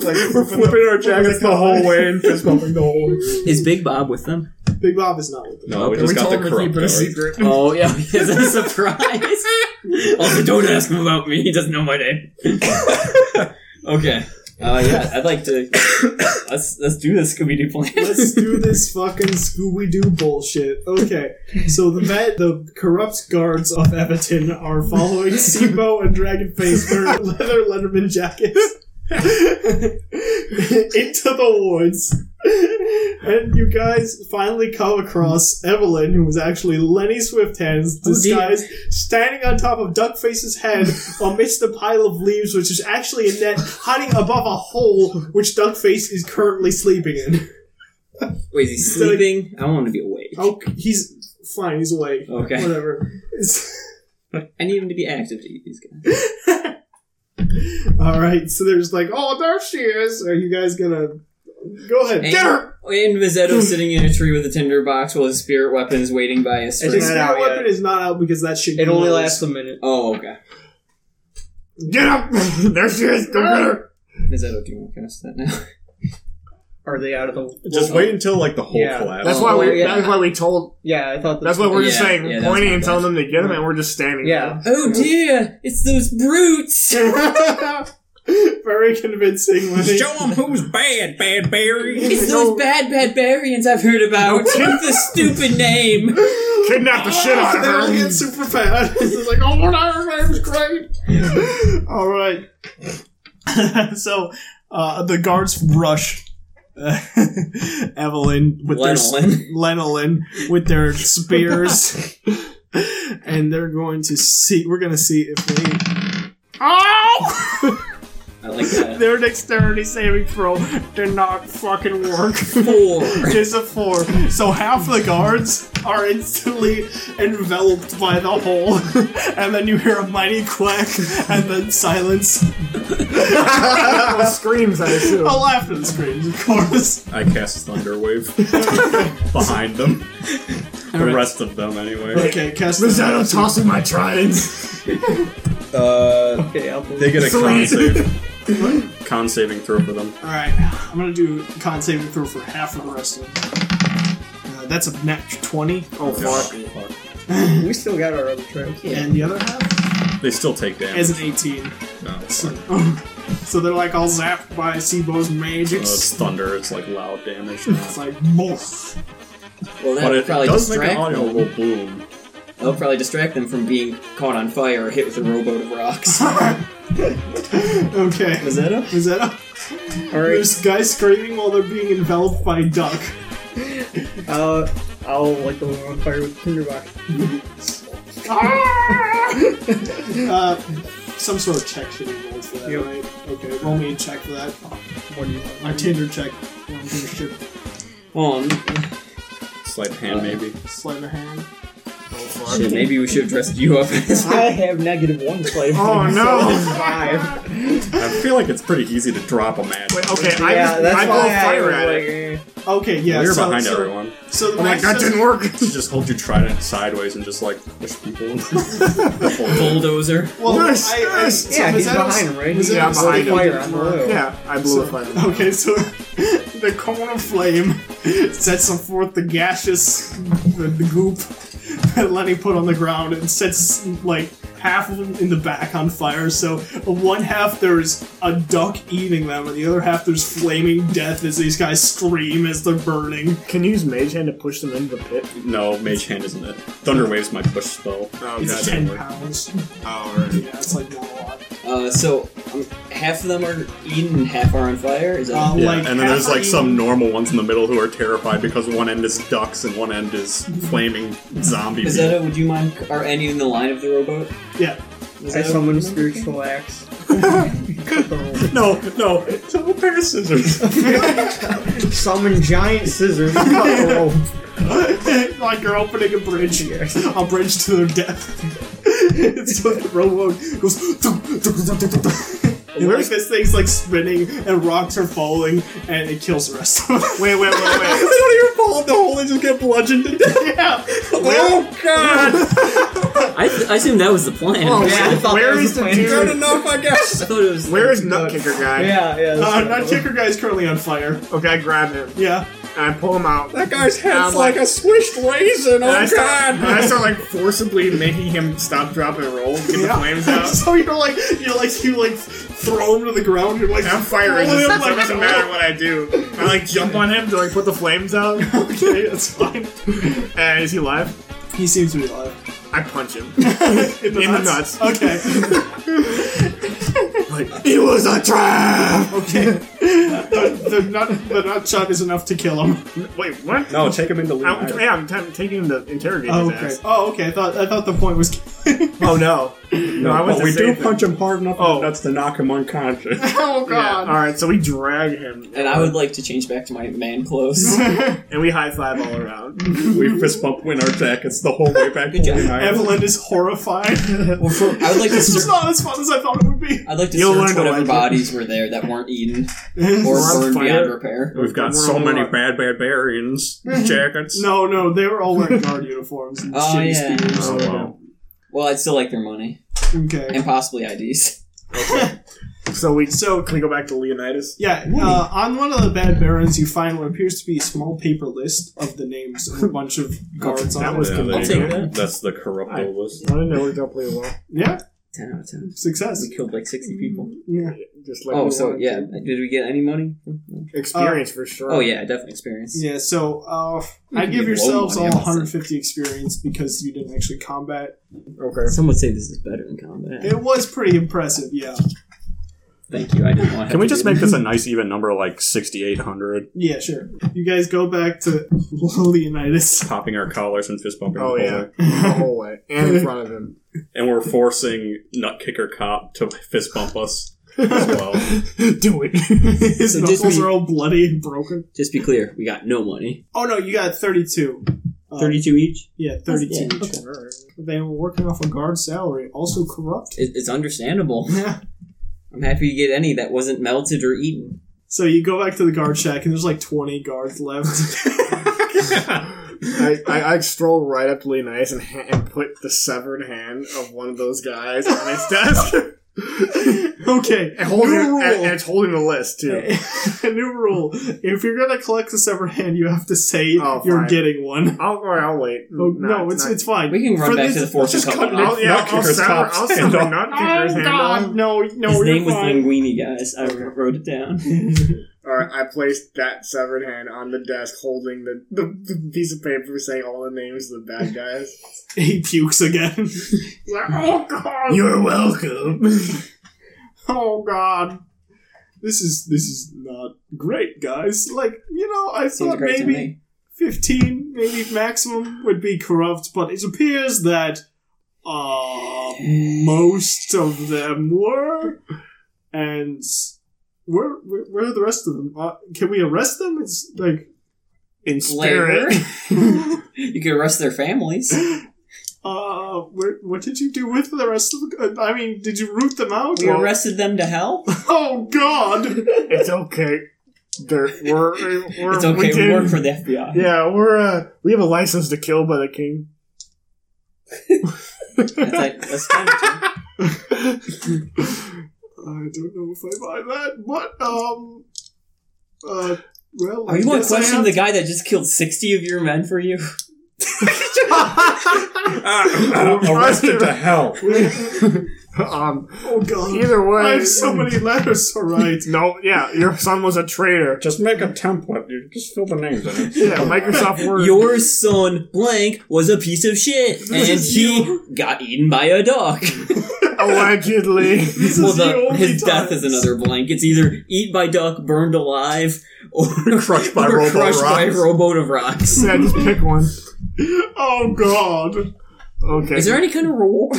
Speaker 4: Like
Speaker 7: we're flipping our jackets the whole way and fist bumping the whole. way.
Speaker 5: Is Big Bob with them?
Speaker 10: Big Bob is not with it.
Speaker 7: No, Oh, we just got the corrupt guard.
Speaker 5: Oh yeah, it's a surprise. also, don't ask him about me. He doesn't know my name. okay. Uh, yeah, I'd like to. Let's let's do this Scooby Doo plan.
Speaker 10: Let's do this fucking Scooby Doo bullshit. Okay, so the vet, the corrupt guards of Everton are following Sibo and Dragonface wearing leather Letterman jackets into the woods. And you guys finally come across Evelyn, who was actually Lenny Swifthands disguised, standing on top of Duckface's head amidst a pile of leaves, which is actually a net hiding above a hole which Duckface is currently sleeping in.
Speaker 5: Wait, is he sleeping? I want him to be awake.
Speaker 10: Oh, he's fine. He's awake.
Speaker 5: Okay.
Speaker 10: Whatever. It's-
Speaker 5: I need him to be active to eat these guys.
Speaker 10: all right. So there's like, oh, there she is. Are you guys gonna go ahead?
Speaker 5: And,
Speaker 10: Get her.
Speaker 5: and Mazzetto sitting in a tree with a tinder box while his spirit weapon's waiting by his
Speaker 11: I
Speaker 5: string.
Speaker 11: think-
Speaker 10: His
Speaker 11: not
Speaker 10: spirit
Speaker 11: out yet.
Speaker 10: weapon is not out because that should.
Speaker 11: It only lasts a minute.
Speaker 5: Oh, okay.
Speaker 4: Get up! There she is. Go get her.
Speaker 5: Mazzetto, do you want to cast that now?
Speaker 11: Are they out of the?
Speaker 7: Just wait until like the whole
Speaker 11: Yeah.
Speaker 7: collapse.
Speaker 4: That's why
Speaker 11: Oh,
Speaker 4: we.
Speaker 11: yeah.
Speaker 4: That's why we told.
Speaker 11: Yeah, I thought.
Speaker 4: That's why we're just
Speaker 5: Yeah,
Speaker 4: saying,
Speaker 5: yeah, that's
Speaker 4: pointing
Speaker 5: my
Speaker 4: and
Speaker 5: bad.
Speaker 4: telling them to get him, and we're just standing.
Speaker 11: Yeah.
Speaker 5: Oh dear, it's those brutes.
Speaker 10: Very convincing. Lenny.
Speaker 7: him who's bad, Bad Barry.
Speaker 5: It's those bad barbarians I've heard about with the stupid name.
Speaker 4: there. Kidnap the shit out
Speaker 10: So
Speaker 4: of
Speaker 10: they all
Speaker 4: her.
Speaker 10: get super fat. It's like, oh, my name is great. all right. so uh, the guards rush uh, Evelyn with their s-
Speaker 5: Lenolin.
Speaker 10: Lenolin with their spears, and they're going to see. We're going to see if they. Oh!
Speaker 5: I like that.
Speaker 10: their dexterity saving throw did not fucking work.
Speaker 5: Four.
Speaker 10: It's a four. So half the guards are instantly enveloped by the hole, and then you hear a mighty quack, and then silence.
Speaker 4: With screams, I assume.
Speaker 10: A laugh and screams, of course.
Speaker 7: I cast Thunderwave behind them. The rest of them, anyway.
Speaker 10: Okay, cast.
Speaker 4: Rosetta tossing my tridents.
Speaker 7: Uh,
Speaker 11: Okay, I'll believe.
Speaker 7: they get a con
Speaker 4: Three.
Speaker 7: save. Con saving throw for them.
Speaker 10: All right, I'm gonna do con saving throw for half of the rest of them. Uh, that's a net twenty,
Speaker 4: Oh fuck!
Speaker 11: We still got our other tribes.
Speaker 10: and the other half
Speaker 7: They still take damage.
Speaker 10: is an eighteen.
Speaker 7: No, it's
Speaker 10: So, so they're like all zapped by Sibo's magic.
Speaker 7: Uh, it's thunder. It's like loud damage.
Speaker 10: it's like more.
Speaker 5: Well, that
Speaker 7: but
Speaker 5: would
Speaker 7: it
Speaker 5: probably
Speaker 7: does make an
Speaker 5: distract
Speaker 7: audio
Speaker 5: them.
Speaker 7: little boom.
Speaker 5: That'll probably distract them from being caught on fire or hit with a rowboat of rocks.
Speaker 10: Okay,
Speaker 5: Was that up?
Speaker 10: is that up?
Speaker 11: All right.
Speaker 10: There's guys screaming while they're being enveloped by a duck.
Speaker 11: Uh, I'll light the one on fire with the tinderbox.
Speaker 10: Ah! Uh, some sort of check should be rolled for that,
Speaker 11: Yep.
Speaker 10: right? Okay, roll me a check for that. What do you want? My Tinder check. I don't give a shit.
Speaker 5: Well,
Speaker 7: Sleight of hand, maybe.
Speaker 10: Sleight of hand.
Speaker 2: Oh,
Speaker 5: shit, maybe we should have dressed you up as
Speaker 11: I have negative one play.
Speaker 2: Oh, no.
Speaker 11: Five.
Speaker 7: I feel like it's pretty easy to drop a match.
Speaker 2: Wait, okay, I,
Speaker 11: Yeah, that's
Speaker 2: I
Speaker 11: why
Speaker 2: blow
Speaker 11: I
Speaker 2: fire
Speaker 11: was
Speaker 2: at
Speaker 11: like,
Speaker 2: it.
Speaker 11: eh.
Speaker 10: Okay, yeah.
Speaker 7: You're
Speaker 10: so,
Speaker 7: behind
Speaker 10: so,
Speaker 7: everyone.
Speaker 10: So the
Speaker 4: Oh my
Speaker 10: max
Speaker 4: god,
Speaker 10: says-
Speaker 4: didn't work!
Speaker 7: Just hold your trident sideways and just like push people. Hold it.
Speaker 5: bulldozer.
Speaker 10: Well,
Speaker 2: Yes,
Speaker 10: I, I,
Speaker 2: yes.
Speaker 10: so
Speaker 11: Yeah, he's
Speaker 10: Mazzetto's-
Speaker 11: behind him, right?
Speaker 10: was
Speaker 11: He's
Speaker 2: Yeah,
Speaker 10: that a
Speaker 2: behind
Speaker 10: stick
Speaker 2: him.
Speaker 11: fire on the road.
Speaker 2: Yeah, I blew a fire.
Speaker 10: Okay, so the cone of flame sets forth the gaseous the, the goop that Lenny put on the ground and sets like half of them in the back on fire. So one half there's a duck eating them, and the other half there's flaming death as these guys scream as they're burning.
Speaker 12: Can you use Mage Hand to push them into the pit?
Speaker 7: No, Mage Hand isn't it. Thunder Wave's my push spell.
Speaker 2: Oh,
Speaker 10: It's
Speaker 2: God.
Speaker 10: ten pounds.
Speaker 2: Oh, alright.
Speaker 10: Yeah, it's like not a lot.
Speaker 5: Uh, so um, half of them are eaten and half are on fire. Is that
Speaker 10: Uh,
Speaker 7: Yeah,
Speaker 10: like
Speaker 7: and then
Speaker 10: half
Speaker 7: there's
Speaker 10: are
Speaker 7: like some
Speaker 10: eating-
Speaker 7: normal ones in the middle who are terrified because one end is ducks and one end is flaming zombie.
Speaker 5: is that a, would you mind? Are any in the line of the rowboat?
Speaker 10: Yeah.
Speaker 5: Is
Speaker 11: I
Speaker 5: that a-
Speaker 11: summon spiritual axe.
Speaker 7: people. No, no, it's a pair of scissors.
Speaker 11: summon giant scissors. Oh,
Speaker 10: like you're opening a bridge, a bridge to their death. it's so the rowboat goes. And like this thing's like spinning and rocks are falling and it kills the rest of them.
Speaker 2: Wait, wait, wait, wait.
Speaker 7: they don't even fall in the hole, they just get bludgeoned to death.
Speaker 10: yeah.
Speaker 7: Oh god!
Speaker 5: I, th- I assume that was the plan.
Speaker 4: Oh,
Speaker 11: yeah, I thought
Speaker 2: Where
Speaker 11: that was
Speaker 2: is
Speaker 11: the
Speaker 2: the
Speaker 11: plan.
Speaker 2: dude?
Speaker 7: Good enough, I guess.
Speaker 5: I thought it was.
Speaker 2: Where is Nut Kicker guy?
Speaker 11: Yeah, yeah.
Speaker 10: Uh,
Speaker 11: that's
Speaker 10: Nut Kicker guy's currently on fire.
Speaker 2: Okay, I grab him
Speaker 10: Yeah.
Speaker 2: and I pull him out.
Speaker 7: That guy's
Speaker 2: I'm
Speaker 7: head's
Speaker 2: like-
Speaker 7: like, a squished raisin.
Speaker 2: And I
Speaker 7: Oh
Speaker 2: start, and I
Speaker 7: god!
Speaker 2: start like forcibly making him stop, drop, and roll. Get the flames out.
Speaker 10: so you're like you're like you like throw him to the ground. You're like
Speaker 2: And I'm fire
Speaker 10: rolling
Speaker 2: resistant,
Speaker 10: him
Speaker 2: so it
Speaker 10: like
Speaker 2: doesn't matter what I do. I like jump on him to like put the flames out.
Speaker 10: Okay, that's fine.
Speaker 2: And is he alive?
Speaker 10: He seems to be alive.
Speaker 2: I punch him.
Speaker 10: In
Speaker 2: In the
Speaker 10: Okay.
Speaker 2: Like, it was a trap!
Speaker 10: Okay. the, the nut the nut shot is enough to kill him.
Speaker 2: Wait, what?
Speaker 7: No, take him into
Speaker 2: I'm,
Speaker 7: Leon.
Speaker 2: yeah, I'm t- taking him to interrogate
Speaker 10: Oh,
Speaker 2: his
Speaker 10: okay.
Speaker 2: ass.
Speaker 10: Oh, okay. I thought I thought the point was.
Speaker 2: Oh no. No, I was
Speaker 7: but we do punch him hard enough
Speaker 2: Oh.
Speaker 7: that's to knock him unconscious.
Speaker 10: oh
Speaker 2: Alright, so we drag him
Speaker 5: And I would like to change back to my man clothes.
Speaker 2: and we high five all around.
Speaker 7: we fist bump win our jackets the whole way back.
Speaker 5: Good job.
Speaker 7: to Leon.
Speaker 10: Evelyn is horrified.
Speaker 5: Well, for, I would like to.
Speaker 10: this is
Speaker 5: Ser-
Speaker 10: not as fun as I thought it would be.
Speaker 5: I'd like to
Speaker 2: You'll learn
Speaker 5: search
Speaker 2: to like
Speaker 5: whatever
Speaker 2: it.
Speaker 5: bodies were there that weren't eaten or
Speaker 2: We're on
Speaker 5: burned
Speaker 2: fire.
Speaker 5: beyond repair.
Speaker 7: We've got so many bad barbarians jackets.
Speaker 10: No, no, they were all wearing guard uniforms and
Speaker 5: Oh,
Speaker 10: shitty
Speaker 5: yeah.
Speaker 10: spears.
Speaker 7: Oh, wow.
Speaker 5: Well, I'd still like their money
Speaker 10: Okay.
Speaker 5: and possibly IDs.
Speaker 2: So we
Speaker 10: So
Speaker 2: can we go back to Leonidas?
Speaker 10: yeah, uh, on one of the bad barons, you find what appears to be a small paper list of the names of a bunch of guards
Speaker 2: That
Speaker 10: on
Speaker 2: was
Speaker 10: it.
Speaker 7: Yeah, there
Speaker 2: I'll
Speaker 7: you
Speaker 5: take
Speaker 7: go.
Speaker 5: that.
Speaker 7: That's the corruptible list.
Speaker 12: I didn't know we don't play well.
Speaker 10: Yeah,
Speaker 5: Ten out of ten.
Speaker 10: success.
Speaker 5: We killed like sixty people.
Speaker 10: Yeah.
Speaker 12: Just like
Speaker 5: Oh,
Speaker 12: we
Speaker 5: so
Speaker 12: wanted
Speaker 5: yeah.
Speaker 12: to.
Speaker 5: Did we get any money?
Speaker 12: experience for sure.
Speaker 5: Oh yeah, definitely experience.
Speaker 10: Yeah, so uh,
Speaker 5: You
Speaker 10: I'd
Speaker 5: can get
Speaker 10: give
Speaker 5: low
Speaker 10: yourselves all
Speaker 5: money, I would say.
Speaker 10: 150 experience because you didn't actually combat.
Speaker 12: Okay.
Speaker 5: Some would say this is better than combat.
Speaker 10: It was pretty impressive, yeah.
Speaker 5: Thank you. I didn't want. to
Speaker 7: Can we just make
Speaker 5: this?
Speaker 7: this a nice even number, like sixty-eight hundred?
Speaker 10: Yeah, sure. You guys go back to Leonidas.
Speaker 7: Popping our collars and fist bumping.
Speaker 12: Oh
Speaker 7: the whole
Speaker 12: yeah,
Speaker 7: way.
Speaker 12: the whole way and in front of him.
Speaker 7: and we're forcing Nut Kicker Cop to fist bump us as well.
Speaker 2: Do it.
Speaker 10: His
Speaker 5: So just
Speaker 10: knuckles
Speaker 5: me-
Speaker 10: are all bloody and broken.
Speaker 5: Just be clear, we got no money.
Speaker 10: Oh no, you got 32. Uh,
Speaker 5: Thirty-two each.
Speaker 10: Yeah, 32.
Speaker 5: Yeah,
Speaker 10: each. They were working off a guard salary, also corrupt.
Speaker 5: It, it's understandable.
Speaker 10: Yeah.
Speaker 5: I'm happy to get any that wasn't melted or eaten.
Speaker 10: So you go back to the guard shack, and there's like 20 guards left.
Speaker 12: I, I, I stroll right up to Leonidas and, ha- and put the severed hand of one of those guys on his desk.
Speaker 10: okay.
Speaker 12: And, holding,
Speaker 10: New
Speaker 12: and, and
Speaker 10: rule.
Speaker 12: it's holding the list too.
Speaker 10: New rule. If you're gonna collect the severed hand, you have to say
Speaker 12: Oh,
Speaker 10: you're
Speaker 12: fine.
Speaker 10: getting one.
Speaker 12: I'll, all right, I'll wait.
Speaker 10: Oh, no, it's it's fine.
Speaker 5: We can run
Speaker 10: For
Speaker 5: back
Speaker 10: this-
Speaker 5: to the fortune company.
Speaker 12: I'll, yeah,
Speaker 7: Nut
Speaker 12: I'll
Speaker 7: Kicker's
Speaker 12: sever,
Speaker 7: top
Speaker 12: I'll
Speaker 7: stand
Speaker 12: sever
Speaker 7: up.
Speaker 12: Nut Kicker's
Speaker 10: Oh
Speaker 12: hand
Speaker 10: God!
Speaker 12: off.
Speaker 10: No, no,
Speaker 5: His
Speaker 10: you're
Speaker 5: name was
Speaker 10: fine.
Speaker 5: Linguini, guys. I wrote it down.
Speaker 12: Alright, I placed that severed hand on the desk holding the, the, the piece of paper saying all the names of the bad guys.
Speaker 10: He pukes again. oh god!
Speaker 12: You're welcome.
Speaker 10: Oh god! This is this is not great, guys. Like you know, I
Speaker 5: Seems
Speaker 10: thought
Speaker 5: great to
Speaker 10: maybe
Speaker 5: me.
Speaker 10: fifteen, maybe maximum would be corrupt, but it appears that Uh, most of them were, and where where, where are the rest of them? Uh, can we arrest them? It's like
Speaker 4: In
Speaker 5: Later,
Speaker 4: spirit.
Speaker 5: you could arrest their families.
Speaker 10: uh, where, what did you do with the rest of the? I mean, did you root them out?
Speaker 5: We arrested them to hell.
Speaker 10: Oh God!
Speaker 12: It's okay. There, we're, we're
Speaker 5: It's okay. We
Speaker 12: did-
Speaker 5: work for the FBI.
Speaker 12: Yeah, we're uh, we have a license to kill by the king.
Speaker 5: That's, like, that's kind of-
Speaker 10: I don't know if I buy that, but um, uh, well,
Speaker 5: Are
Speaker 10: I
Speaker 5: you going to
Speaker 10: guess I
Speaker 5: question
Speaker 10: have
Speaker 5: the guy that just killed sixty of your men for you?
Speaker 7: Ah, ah, arrested to hell.
Speaker 12: um,
Speaker 10: Oh God!
Speaker 12: either way,
Speaker 10: I have so many letters to write.
Speaker 12: No, yeah, your son was a traitor.
Speaker 7: Just make a template, dude. Just fill the names in it.
Speaker 12: Yeah, Microsoft Word.
Speaker 5: Your son blank was a piece of shit, and he got eaten by a dog.
Speaker 12: allegedly.
Speaker 5: well,
Speaker 10: is the only
Speaker 5: his death
Speaker 10: time.
Speaker 5: is another blank. It's either eat by duck, burned alive, or crushed
Speaker 12: by
Speaker 5: or
Speaker 12: robot
Speaker 5: crushed by
Speaker 12: rocks.
Speaker 5: robot of rocks.
Speaker 12: yeah, just pick one.
Speaker 10: Oh God!
Speaker 12: Okay,
Speaker 5: Is there any kind of reward?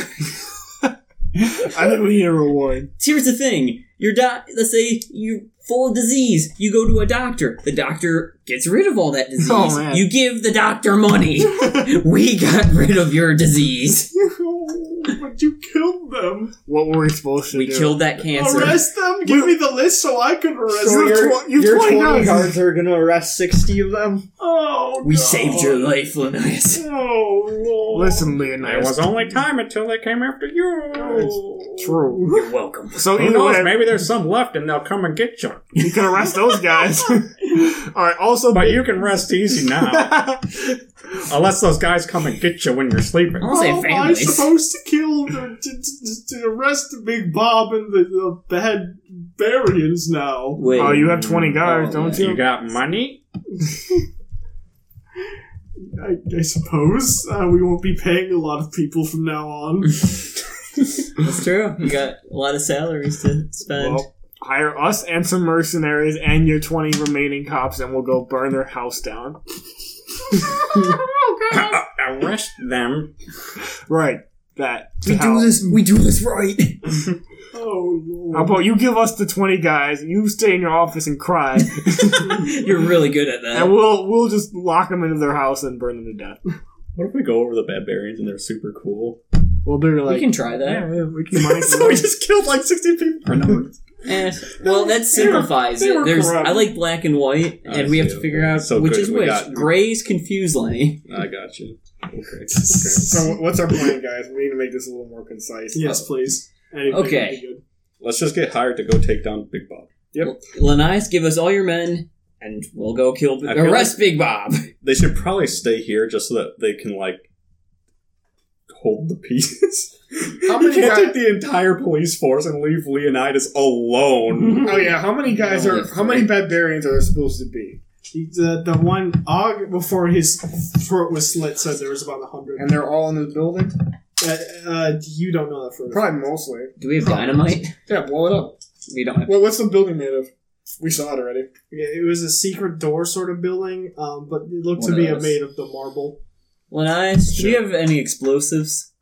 Speaker 12: I think we need a reward.
Speaker 5: Here's the thing: your doc. Let's say you're full of disease. You go to a doctor. The doctor gets rid of all that disease.
Speaker 12: Oh, man.
Speaker 5: You give the doctor money. we got rid of your disease.
Speaker 10: but you killed them.
Speaker 12: What were we supposed to
Speaker 5: We
Speaker 12: do?
Speaker 5: killed that cancer.
Speaker 10: Arrest them. Give me the list so I could arrest
Speaker 12: So
Speaker 10: them.
Speaker 12: you're-
Speaker 10: Tw-
Speaker 12: you've
Speaker 11: Your
Speaker 12: twenty
Speaker 11: 20
Speaker 12: guys.
Speaker 11: guards are gonna arrest 60 of them.
Speaker 10: oh,
Speaker 5: we
Speaker 10: God.
Speaker 5: saved your life, Linus.
Speaker 10: Oh Lord!
Speaker 12: Listen, Leonidas.
Speaker 7: It was only time until they came after you.
Speaker 12: It's true.
Speaker 5: You're welcome.
Speaker 12: So
Speaker 7: Who
Speaker 12: either
Speaker 7: knows?
Speaker 12: way,
Speaker 7: Maybe there's some left, and they'll come and get you.
Speaker 12: you can arrest those guys. All right. Also,
Speaker 7: But you can rest easy now, unless those guys come and get you when you're sleeping.
Speaker 5: I'll say
Speaker 10: How am I
Speaker 5: families.
Speaker 10: Oh, supposed to kill the, to, to, to arrest Big Bob and the, the bad Barians now?
Speaker 5: Wait.
Speaker 12: oh, you have twenty guards,
Speaker 5: Oh,
Speaker 12: don't
Speaker 7: You
Speaker 12: you?
Speaker 7: got money?
Speaker 10: I, I suppose uh, we won't be paying a lot of people from now on.
Speaker 5: That's true. You got a lot of salaries to spend.
Speaker 12: Well, hire us and some mercenaries and your twenty remaining cops, and we'll go burn their house down.
Speaker 7: Arrest them.
Speaker 12: Right. That.
Speaker 5: we
Speaker 12: How-
Speaker 5: do this. We do this right.
Speaker 10: Oh
Speaker 12: How
Speaker 10: Lord!
Speaker 12: about you give us the twenty guys? You stay in your office and cry,
Speaker 5: You're really good at
Speaker 12: and
Speaker 5: that.
Speaker 12: we'll we'll just lock them into their house and burn them to death.
Speaker 7: What if we go over the barbarians and they're super cool?
Speaker 12: We'll do
Speaker 5: we
Speaker 12: like
Speaker 5: can try that.
Speaker 12: yeah, yeah, we can mine
Speaker 7: so we just killed like 60 people.
Speaker 5: Eh, well, that simplifies
Speaker 12: they
Speaker 5: it.
Speaker 12: were
Speaker 5: There's
Speaker 12: corrupt.
Speaker 5: I like black and white,
Speaker 7: I
Speaker 5: and we have
Speaker 7: see,
Speaker 5: to figure
Speaker 7: okay.
Speaker 5: out
Speaker 7: So
Speaker 5: which
Speaker 7: good,
Speaker 5: is
Speaker 7: we
Speaker 5: which.
Speaker 7: got-
Speaker 5: Gray's confused Lenny.
Speaker 7: I got you. Okay. okay.
Speaker 4: So what's our plan, guys? We need to make this a little more concise.
Speaker 10: Yes, please. Anything would be
Speaker 5: Oh. Okay.
Speaker 10: good.
Speaker 7: Let's just get hired to go take down Big Bob.
Speaker 5: Yep. Lanias, give us all your men, and we'll go kill
Speaker 7: I feel
Speaker 5: arrest Big Bob.
Speaker 7: They should probably stay here just so that they can like hold the pieces.
Speaker 4: How
Speaker 7: you
Speaker 4: many
Speaker 7: can't
Speaker 4: guys-
Speaker 7: take the entire police force and leave Leonidas alone.
Speaker 4: Oh yeah, how many guys
Speaker 5: Only
Speaker 4: are? How many barbarians are there supposed to be?
Speaker 10: He, the, the one Og before his throat was slit said there was about a hundred.
Speaker 4: And they're all in this building.
Speaker 10: Uh, uh, you don't know that for a fact.
Speaker 4: Probably mostly.
Speaker 5: Do we have dynamite?
Speaker 4: Yeah, blow it up.
Speaker 5: We don't have.
Speaker 4: Well, what's the building made of? We saw it already.
Speaker 10: It it was a secret door sort of building, um, but it looked
Speaker 5: One
Speaker 10: to
Speaker 5: of
Speaker 10: be a
Speaker 5: those.
Speaker 10: made of the marble.
Speaker 5: Lanias, do you have any explosives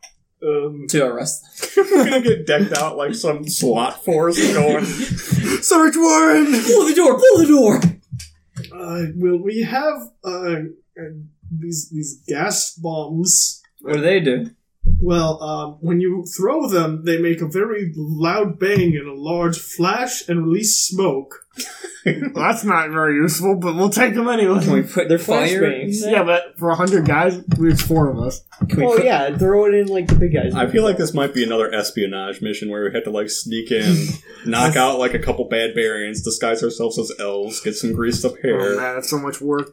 Speaker 10: Um,
Speaker 5: to arrest? them?
Speaker 7: We're gonna get decked out like some SWAT force going.
Speaker 12: search warrant.
Speaker 5: Pull the door! Pull the door!
Speaker 10: uh, will we have uh, uh, these these gas bombs?
Speaker 5: What do they do?
Speaker 10: Well, um, when you throw them, they make a very loud bang and a large flash and release smoke.
Speaker 12: Well, that's not very useful, but we'll take them anyway.
Speaker 5: Can we put their fire? in
Speaker 11: flashbangs.
Speaker 5: there?
Speaker 12: Yeah, but for hundred guys, there's four of us.
Speaker 5: Can we
Speaker 11: Oh,
Speaker 5: put-
Speaker 11: yeah, throw it in like the big guys.
Speaker 7: I feel like this might be another espionage mission where we have to like sneak in, knock out like a couple bad barians, disguise ourselves as elves, get some greased up
Speaker 12: Oh
Speaker 7: hair,
Speaker 12: man, that's so much work.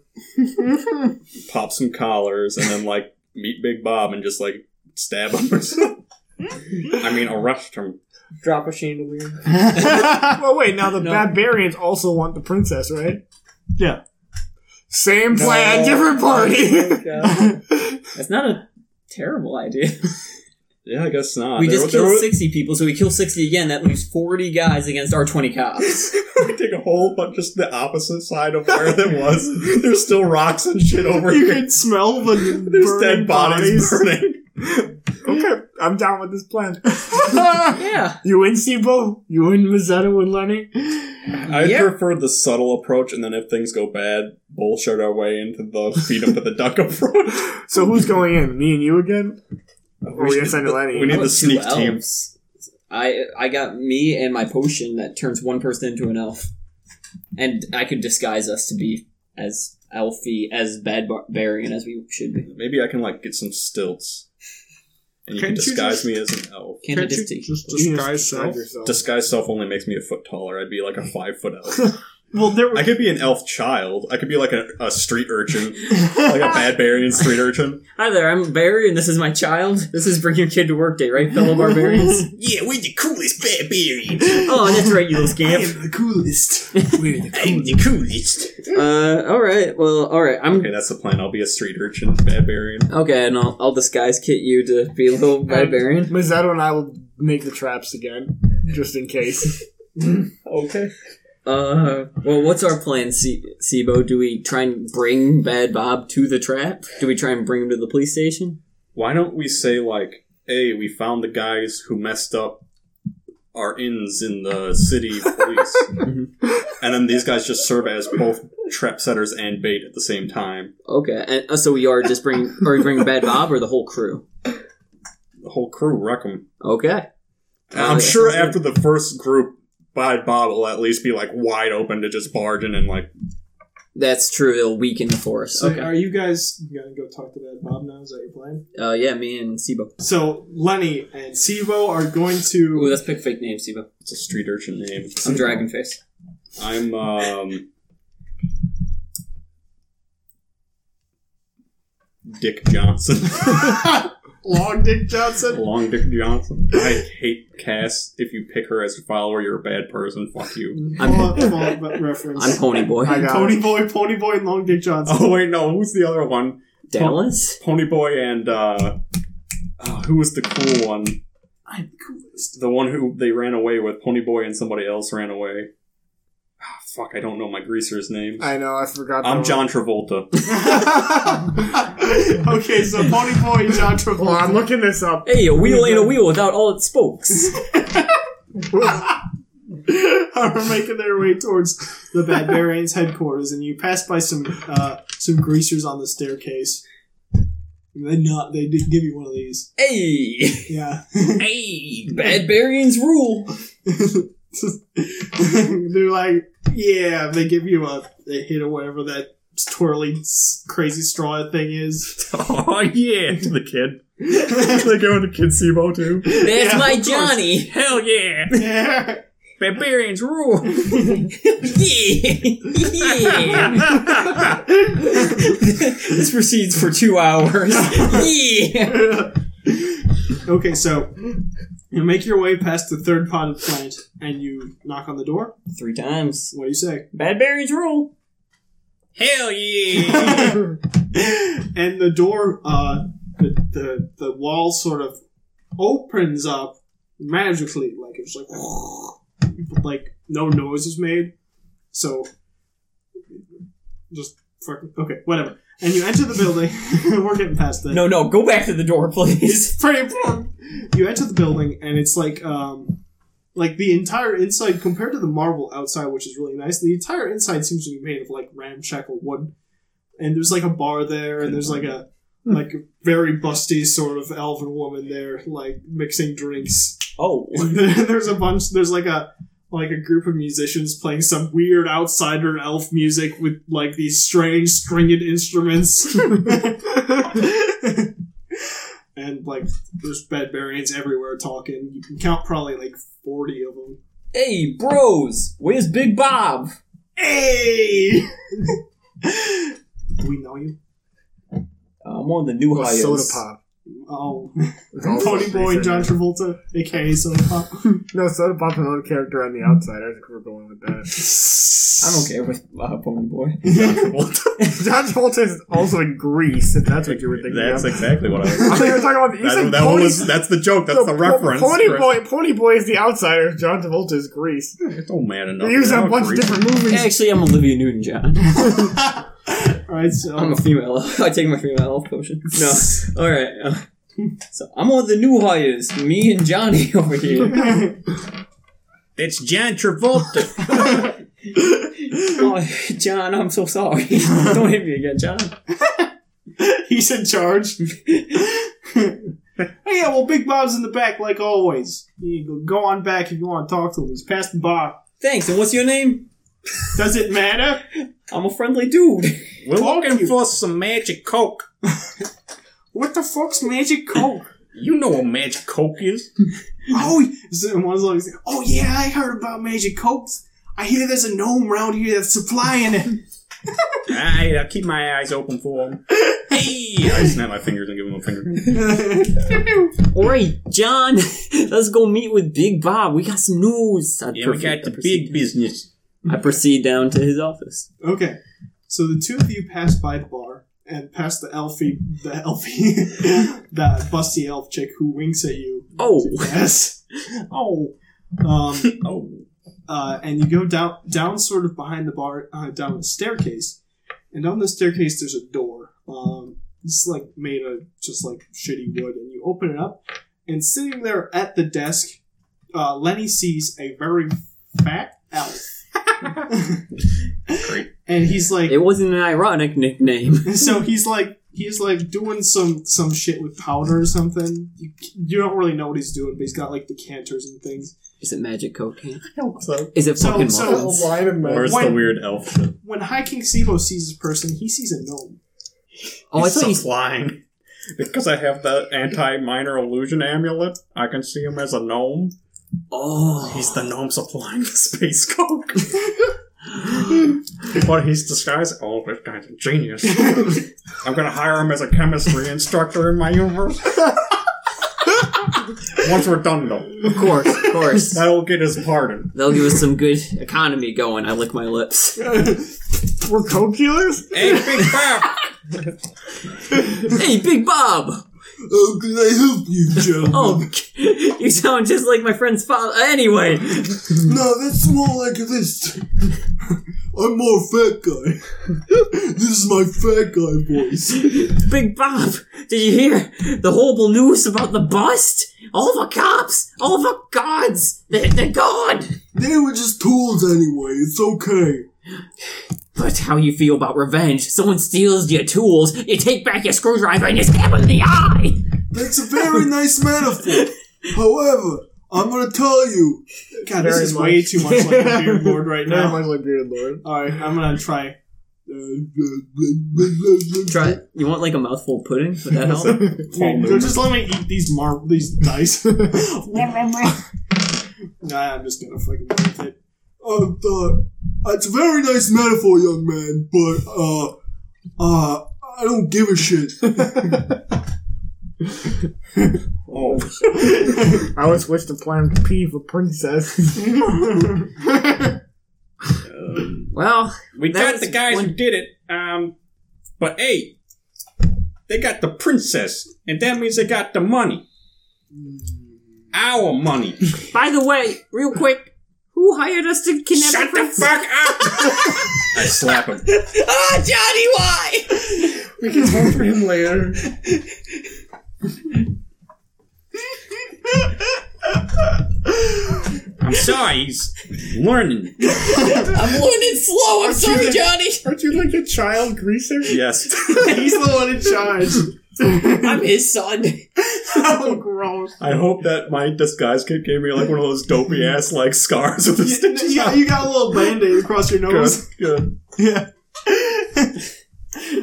Speaker 7: pop some collars, and then like meet Big Bob and just like stab him or something. I mean, arrest him.
Speaker 11: Drop a chandelier.
Speaker 12: well, wait, now the
Speaker 5: No.
Speaker 12: barbarians also want the princess, right?
Speaker 10: Yeah.
Speaker 12: Same plan,
Speaker 11: No.
Speaker 12: different party.
Speaker 11: Okay.
Speaker 5: That's not a terrible idea.
Speaker 7: Yeah, I guess not.
Speaker 5: we
Speaker 7: There-
Speaker 5: just
Speaker 7: there
Speaker 5: killed
Speaker 7: was-
Speaker 5: 60 people, so we kill 60 again. That leaves 40 guys against our 20 cops.
Speaker 7: we take a whole bunch just the opposite side of where that was. There's still rocks and shit over
Speaker 10: You
Speaker 7: here.
Speaker 10: can smell the
Speaker 7: There's
Speaker 10: burning
Speaker 7: dead bodies, burning.
Speaker 12: okay, I'm down with this plan.
Speaker 5: Yeah.
Speaker 12: you win, Sibo. You win, Mazzetto and Lenny.
Speaker 7: I prefer the subtle approach, and then if things go bad, bullshit our way into the feed him to the duck approach.
Speaker 12: So who's going in? Me and you again? Or we
Speaker 7: should-
Speaker 12: gonna send Lenny?
Speaker 7: We need
Speaker 5: How about
Speaker 7: the
Speaker 5: two
Speaker 7: sneak team.
Speaker 5: elves? I I got me and my potion that turns one person into an elf, and I could disguise us to be as elfy, as bad barbarian as we should be.
Speaker 7: Maybe I can like get some stilts, and you can
Speaker 2: Can't you
Speaker 7: disguise me as an elf.
Speaker 5: Can't, I just take-
Speaker 12: You just decide yourself.
Speaker 7: Disguise self only makes me a foot taller. I'd be like a five foot elf.
Speaker 2: Well, there were
Speaker 7: I could be an elf child. I could be like a, a street urchin, like a barbarian street urchin.
Speaker 5: Hi there, I'm Barry, and this is my child. This is Bring Your Kid to Work Day, right, fellow barbarians?
Speaker 7: Yeah, we're the coolest barbarians.
Speaker 5: oh, that's right, you little scamp.
Speaker 10: the coolest.
Speaker 7: I'm the coolest.
Speaker 5: Uh, all right, well, all right, I'm
Speaker 7: Okay, that's the plan. I'll be a street urchin barbarian.
Speaker 5: okay, and I'll, I'll disguise Kit you to be a little barbarian.
Speaker 12: Mazzetto and I will make the traps again, just in case.
Speaker 7: Okay.
Speaker 5: Uh, well, what's our plan, Se- Sibo? Do we try and bring Bad Bob to the trap? Do we try and bring him to the police station?
Speaker 7: Why don't we say like, "Hey, we found the guys who messed up our inns in the city police," and then these guys just serve as both trap setters and bait at the same time.
Speaker 5: Okay, and uh, so we are just bringing, are we bringing Bad Bob or the whole crew?
Speaker 7: The whole crew wreck them.
Speaker 5: Okay,
Speaker 7: I'm
Speaker 5: that
Speaker 7: sure
Speaker 5: sounds
Speaker 7: after the first group, Bad Bob will at least be like wide open to just barging and like,
Speaker 5: that's true. It'll weaken the force.
Speaker 10: So
Speaker 5: Okay,
Speaker 10: are you guys gonna go talk to that Bob now? Is that your plan?
Speaker 5: uh, yeah, me and Sibo.
Speaker 10: So Lenny and Sivo are going
Speaker 5: Ooh,
Speaker 10: to.
Speaker 5: let's pick fake names, Sibo.
Speaker 7: it's a street urchin name.
Speaker 5: I'm Dragonface.
Speaker 7: I'm um, Dick Johnson.
Speaker 10: Long Dick Johnson.
Speaker 7: Long Dick Johnson. I hate Cass. If you pick her as a follower, you're a bad person. Fuck you.
Speaker 5: I'm,
Speaker 10: Full- full reference.
Speaker 5: I'm Pony Boy.
Speaker 12: I got
Speaker 10: Pony Boy, Pony Boy, and Long Dick Johnson.
Speaker 7: Oh wait, no. Who's the other one?
Speaker 5: Dallas?
Speaker 7: Ponyboy and uh, oh, who was the cool one?
Speaker 10: I'm the coolest.
Speaker 7: The one who they ran away with. Ponyboy and somebody else ran away. Ah, fuck, I don't know my greaser's name.
Speaker 12: I know, I forgot.
Speaker 7: I'm
Speaker 12: that
Speaker 7: John Travolta.
Speaker 10: okay, so Pony Boy and John
Speaker 4: Oh,
Speaker 12: one. Well, I'm
Speaker 10: Travolta.
Speaker 12: looking this up.
Speaker 5: Hey, a wheel ain't a wheel without all its spokes.
Speaker 10: are making their way towards the Barbarians' headquarters, and you pass by some uh, some greasers on the staircase. They not they did give you one of these.
Speaker 5: hey,
Speaker 10: Yeah,
Speaker 5: hey, Badbarians rule.
Speaker 10: they're like, yeah. They give you a they hit or whatever that twirly s- crazy straw thing is.
Speaker 7: oh yeah, to the kid. they go into Kid Sebo too.
Speaker 5: That's
Speaker 10: Yeah,
Speaker 5: my
Speaker 10: of course.
Speaker 5: Johnny. Hell yeah.
Speaker 10: Yeah.
Speaker 5: Barbarians rule. yeah. yeah. this proceeds for two hours. yeah.
Speaker 10: okay, so you make your way past the third potted plant, and you knock on the door.
Speaker 5: Three times.
Speaker 10: What do you say?
Speaker 5: Badbarians rule. Hell yeah.
Speaker 10: and the door, uh, the, the the wall sort of opens up magically, like it's like like no noise is made. So just fucking okay, whatever. And you enter the building. We're getting past that.
Speaker 5: no, no, go back to the door, please.
Speaker 10: It's pretty important. You enter the building, and it's like, um, like the entire inside compared to the marble outside, which is really nice. The entire inside seems to be made of like ramshackle wood, and there's like a bar there, and there's like a like a very busty sort of elven woman there, like mixing drinks.
Speaker 5: Oh.
Speaker 10: there's a bunch. There's like a like a group of musicians playing some weird outsider elf music with like these strange stringed instruments. and like there's barbarians everywhere talking. You can count probably like forty of them.
Speaker 5: Hey, bros. Where's Big Bob?
Speaker 10: Hey, do we know you?
Speaker 5: Uh, I'm on the new
Speaker 12: Well,
Speaker 5: hires.
Speaker 12: soda pop.
Speaker 10: Oh,
Speaker 12: It's also
Speaker 10: Pony Boy and John Travolta, aka Soda Pop.
Speaker 12: No, soda pop and another character on the outside. I think we're going with that.
Speaker 5: I don't care with uh, Pony Boy.
Speaker 12: John Travolta is also in Greece, if that's what you were thinking.
Speaker 7: That's
Speaker 12: of.
Speaker 7: exactly what I was.
Speaker 12: I thought you were talking about. You
Speaker 7: That,
Speaker 12: said
Speaker 7: that
Speaker 12: Pony-
Speaker 7: was, that's the joke. That's the,
Speaker 12: no,
Speaker 7: reference.
Speaker 12: Pony Boy, Pony Boy is the outsider. John Travolta is Greece.
Speaker 7: It don't matter enough.
Speaker 12: They use that
Speaker 7: Now
Speaker 12: a bunch of
Speaker 7: Grease-
Speaker 12: different movies.
Speaker 5: Actually, I'm Olivia Newton John.
Speaker 10: All right, so
Speaker 5: I'm a female elf. I take my female elf potion. No. Alright. uh, So I'm one of the new hires. Me and Johnny over here.
Speaker 7: It's John Travolta.
Speaker 5: Oh, John, I'm so sorry. Don't hit me again, John.
Speaker 10: He's in charge. Oh, yeah, well, Big Bob's in the back, like always. You go- go on back if you want to talk to him. He's past the bar.
Speaker 5: Thanks. And what's your name?
Speaker 10: Does it matter?
Speaker 5: I'm a friendly dude.
Speaker 7: We're looking for some magic coke.
Speaker 10: What the fuck's magic coke?
Speaker 7: You know what magic coke is.
Speaker 10: oh, so one's always like, oh yeah, I heard about magic cokes. I hear there's a gnome around here that's supplying it.
Speaker 7: I, I keep my eyes open for him. Hey! I snap my fingers and give him a finger.
Speaker 5: All right, John, let's go meet with Big Bob. We got some news. I
Speaker 7: Yeah, we
Speaker 5: proceed-
Speaker 7: got the
Speaker 5: I proceed-
Speaker 7: big business.
Speaker 5: I proceed down to his office.
Speaker 10: Okay, so the two of you pass by the bar and pass the elfie, the elfie, the busty elf chick who winks at you.
Speaker 5: Oh,
Speaker 10: Yes. Oh. Um,
Speaker 7: Oh.
Speaker 10: uh, and you go down, down sort of behind the bar, uh, down the staircase, and on the staircase there's a door. Um, it's like made of just like shitty wood, and you open it up, and sitting there at the desk, uh, Lenny sees a very fat elf.
Speaker 7: Great.
Speaker 10: And he's like,
Speaker 5: it wasn't an ironic nickname.
Speaker 10: so he's like he's like doing some some shit with powder or something. You, you don't really know what he's doing, but he's got like decanters and things.
Speaker 5: Is it magic cocaine?
Speaker 12: So,
Speaker 5: Is it
Speaker 10: So-
Speaker 5: fucking
Speaker 10: so-
Speaker 5: muffins?
Speaker 12: line of men.
Speaker 7: Where's the weird elf? shit?
Speaker 10: When High King Sibo sees this person, he sees a gnome.
Speaker 5: oh, I thought you.
Speaker 7: flying. Because I have the anti-minor illusion amulet, I can see him as a gnome.
Speaker 5: Oh,
Speaker 7: He's the gnome supplying the space coke. but he's disguised. Oh, this guy's a genius. I'm gonna hire him as a chemistry instructor in my universe. Once we're done, though,
Speaker 5: of course, of course.
Speaker 7: that'll get his pardon.
Speaker 5: They'll give us some good economy going. I lick my lips.
Speaker 12: We're coke dealers?
Speaker 7: Hey, Big Bob!
Speaker 5: Hey, Big Bob!
Speaker 10: Oh, can I help you, Joe?
Speaker 5: Oh, you sound just like my friend's father. Anyway,
Speaker 10: no, that's more like this. I'm more fat guy. this is my fat guy voice.
Speaker 5: Big Bob, did you hear the horrible news about the bust? All the cops, all the guards, they're, they're gone.
Speaker 10: They were just tools anyway. It's okay.
Speaker 5: But how you feel about revenge? Someone steals your tools, you take back your screwdriver and you stab him in the eye.
Speaker 10: That's a very nice metaphor. However, I'm gonna tell you. God, this
Speaker 12: Very
Speaker 10: is
Speaker 12: much.
Speaker 10: way too much like a beard board right
Speaker 12: Very
Speaker 10: now.
Speaker 12: much like Bearded Lord.
Speaker 10: All right, I'm gonna try.
Speaker 5: Try it. You want like a mouthful of pudding? Would that help?
Speaker 10: Dude, just let me eat these mar these dice. nah, I'm just gonna fucking eat it. Uh, the, it's a very nice metaphor, young man, but uh, uh, I don't give a shit. Oh.
Speaker 12: I would switch to plan P for princess.
Speaker 5: Well,
Speaker 7: We
Speaker 5: That
Speaker 7: got
Speaker 5: was
Speaker 7: the guys who
Speaker 5: one-
Speaker 7: did it. Um, but hey, they got the princess, and that means they got the money. Our money.
Speaker 5: by the way, real quick, who hired us to kidnap
Speaker 7: Shut the
Speaker 5: Prince?
Speaker 7: fuck up! I slap him.
Speaker 5: Ah, Johnny, why?
Speaker 12: we can vote for him later.
Speaker 7: I'm sorry, he's learning.
Speaker 5: I'm learning slow. I'm sorry, Johnny.
Speaker 12: Aren't you like a child greaser?
Speaker 7: Yes.
Speaker 10: He's the one in charge.
Speaker 5: I'm his son.
Speaker 10: oh, gross.
Speaker 7: I hope that my disguise kit gave me like one of those dopey ass like scars with the stitches.
Speaker 10: Yeah,
Speaker 7: on.
Speaker 10: you got a little band-aid across your
Speaker 7: Good,
Speaker 10: nose.
Speaker 7: good.
Speaker 10: Yeah.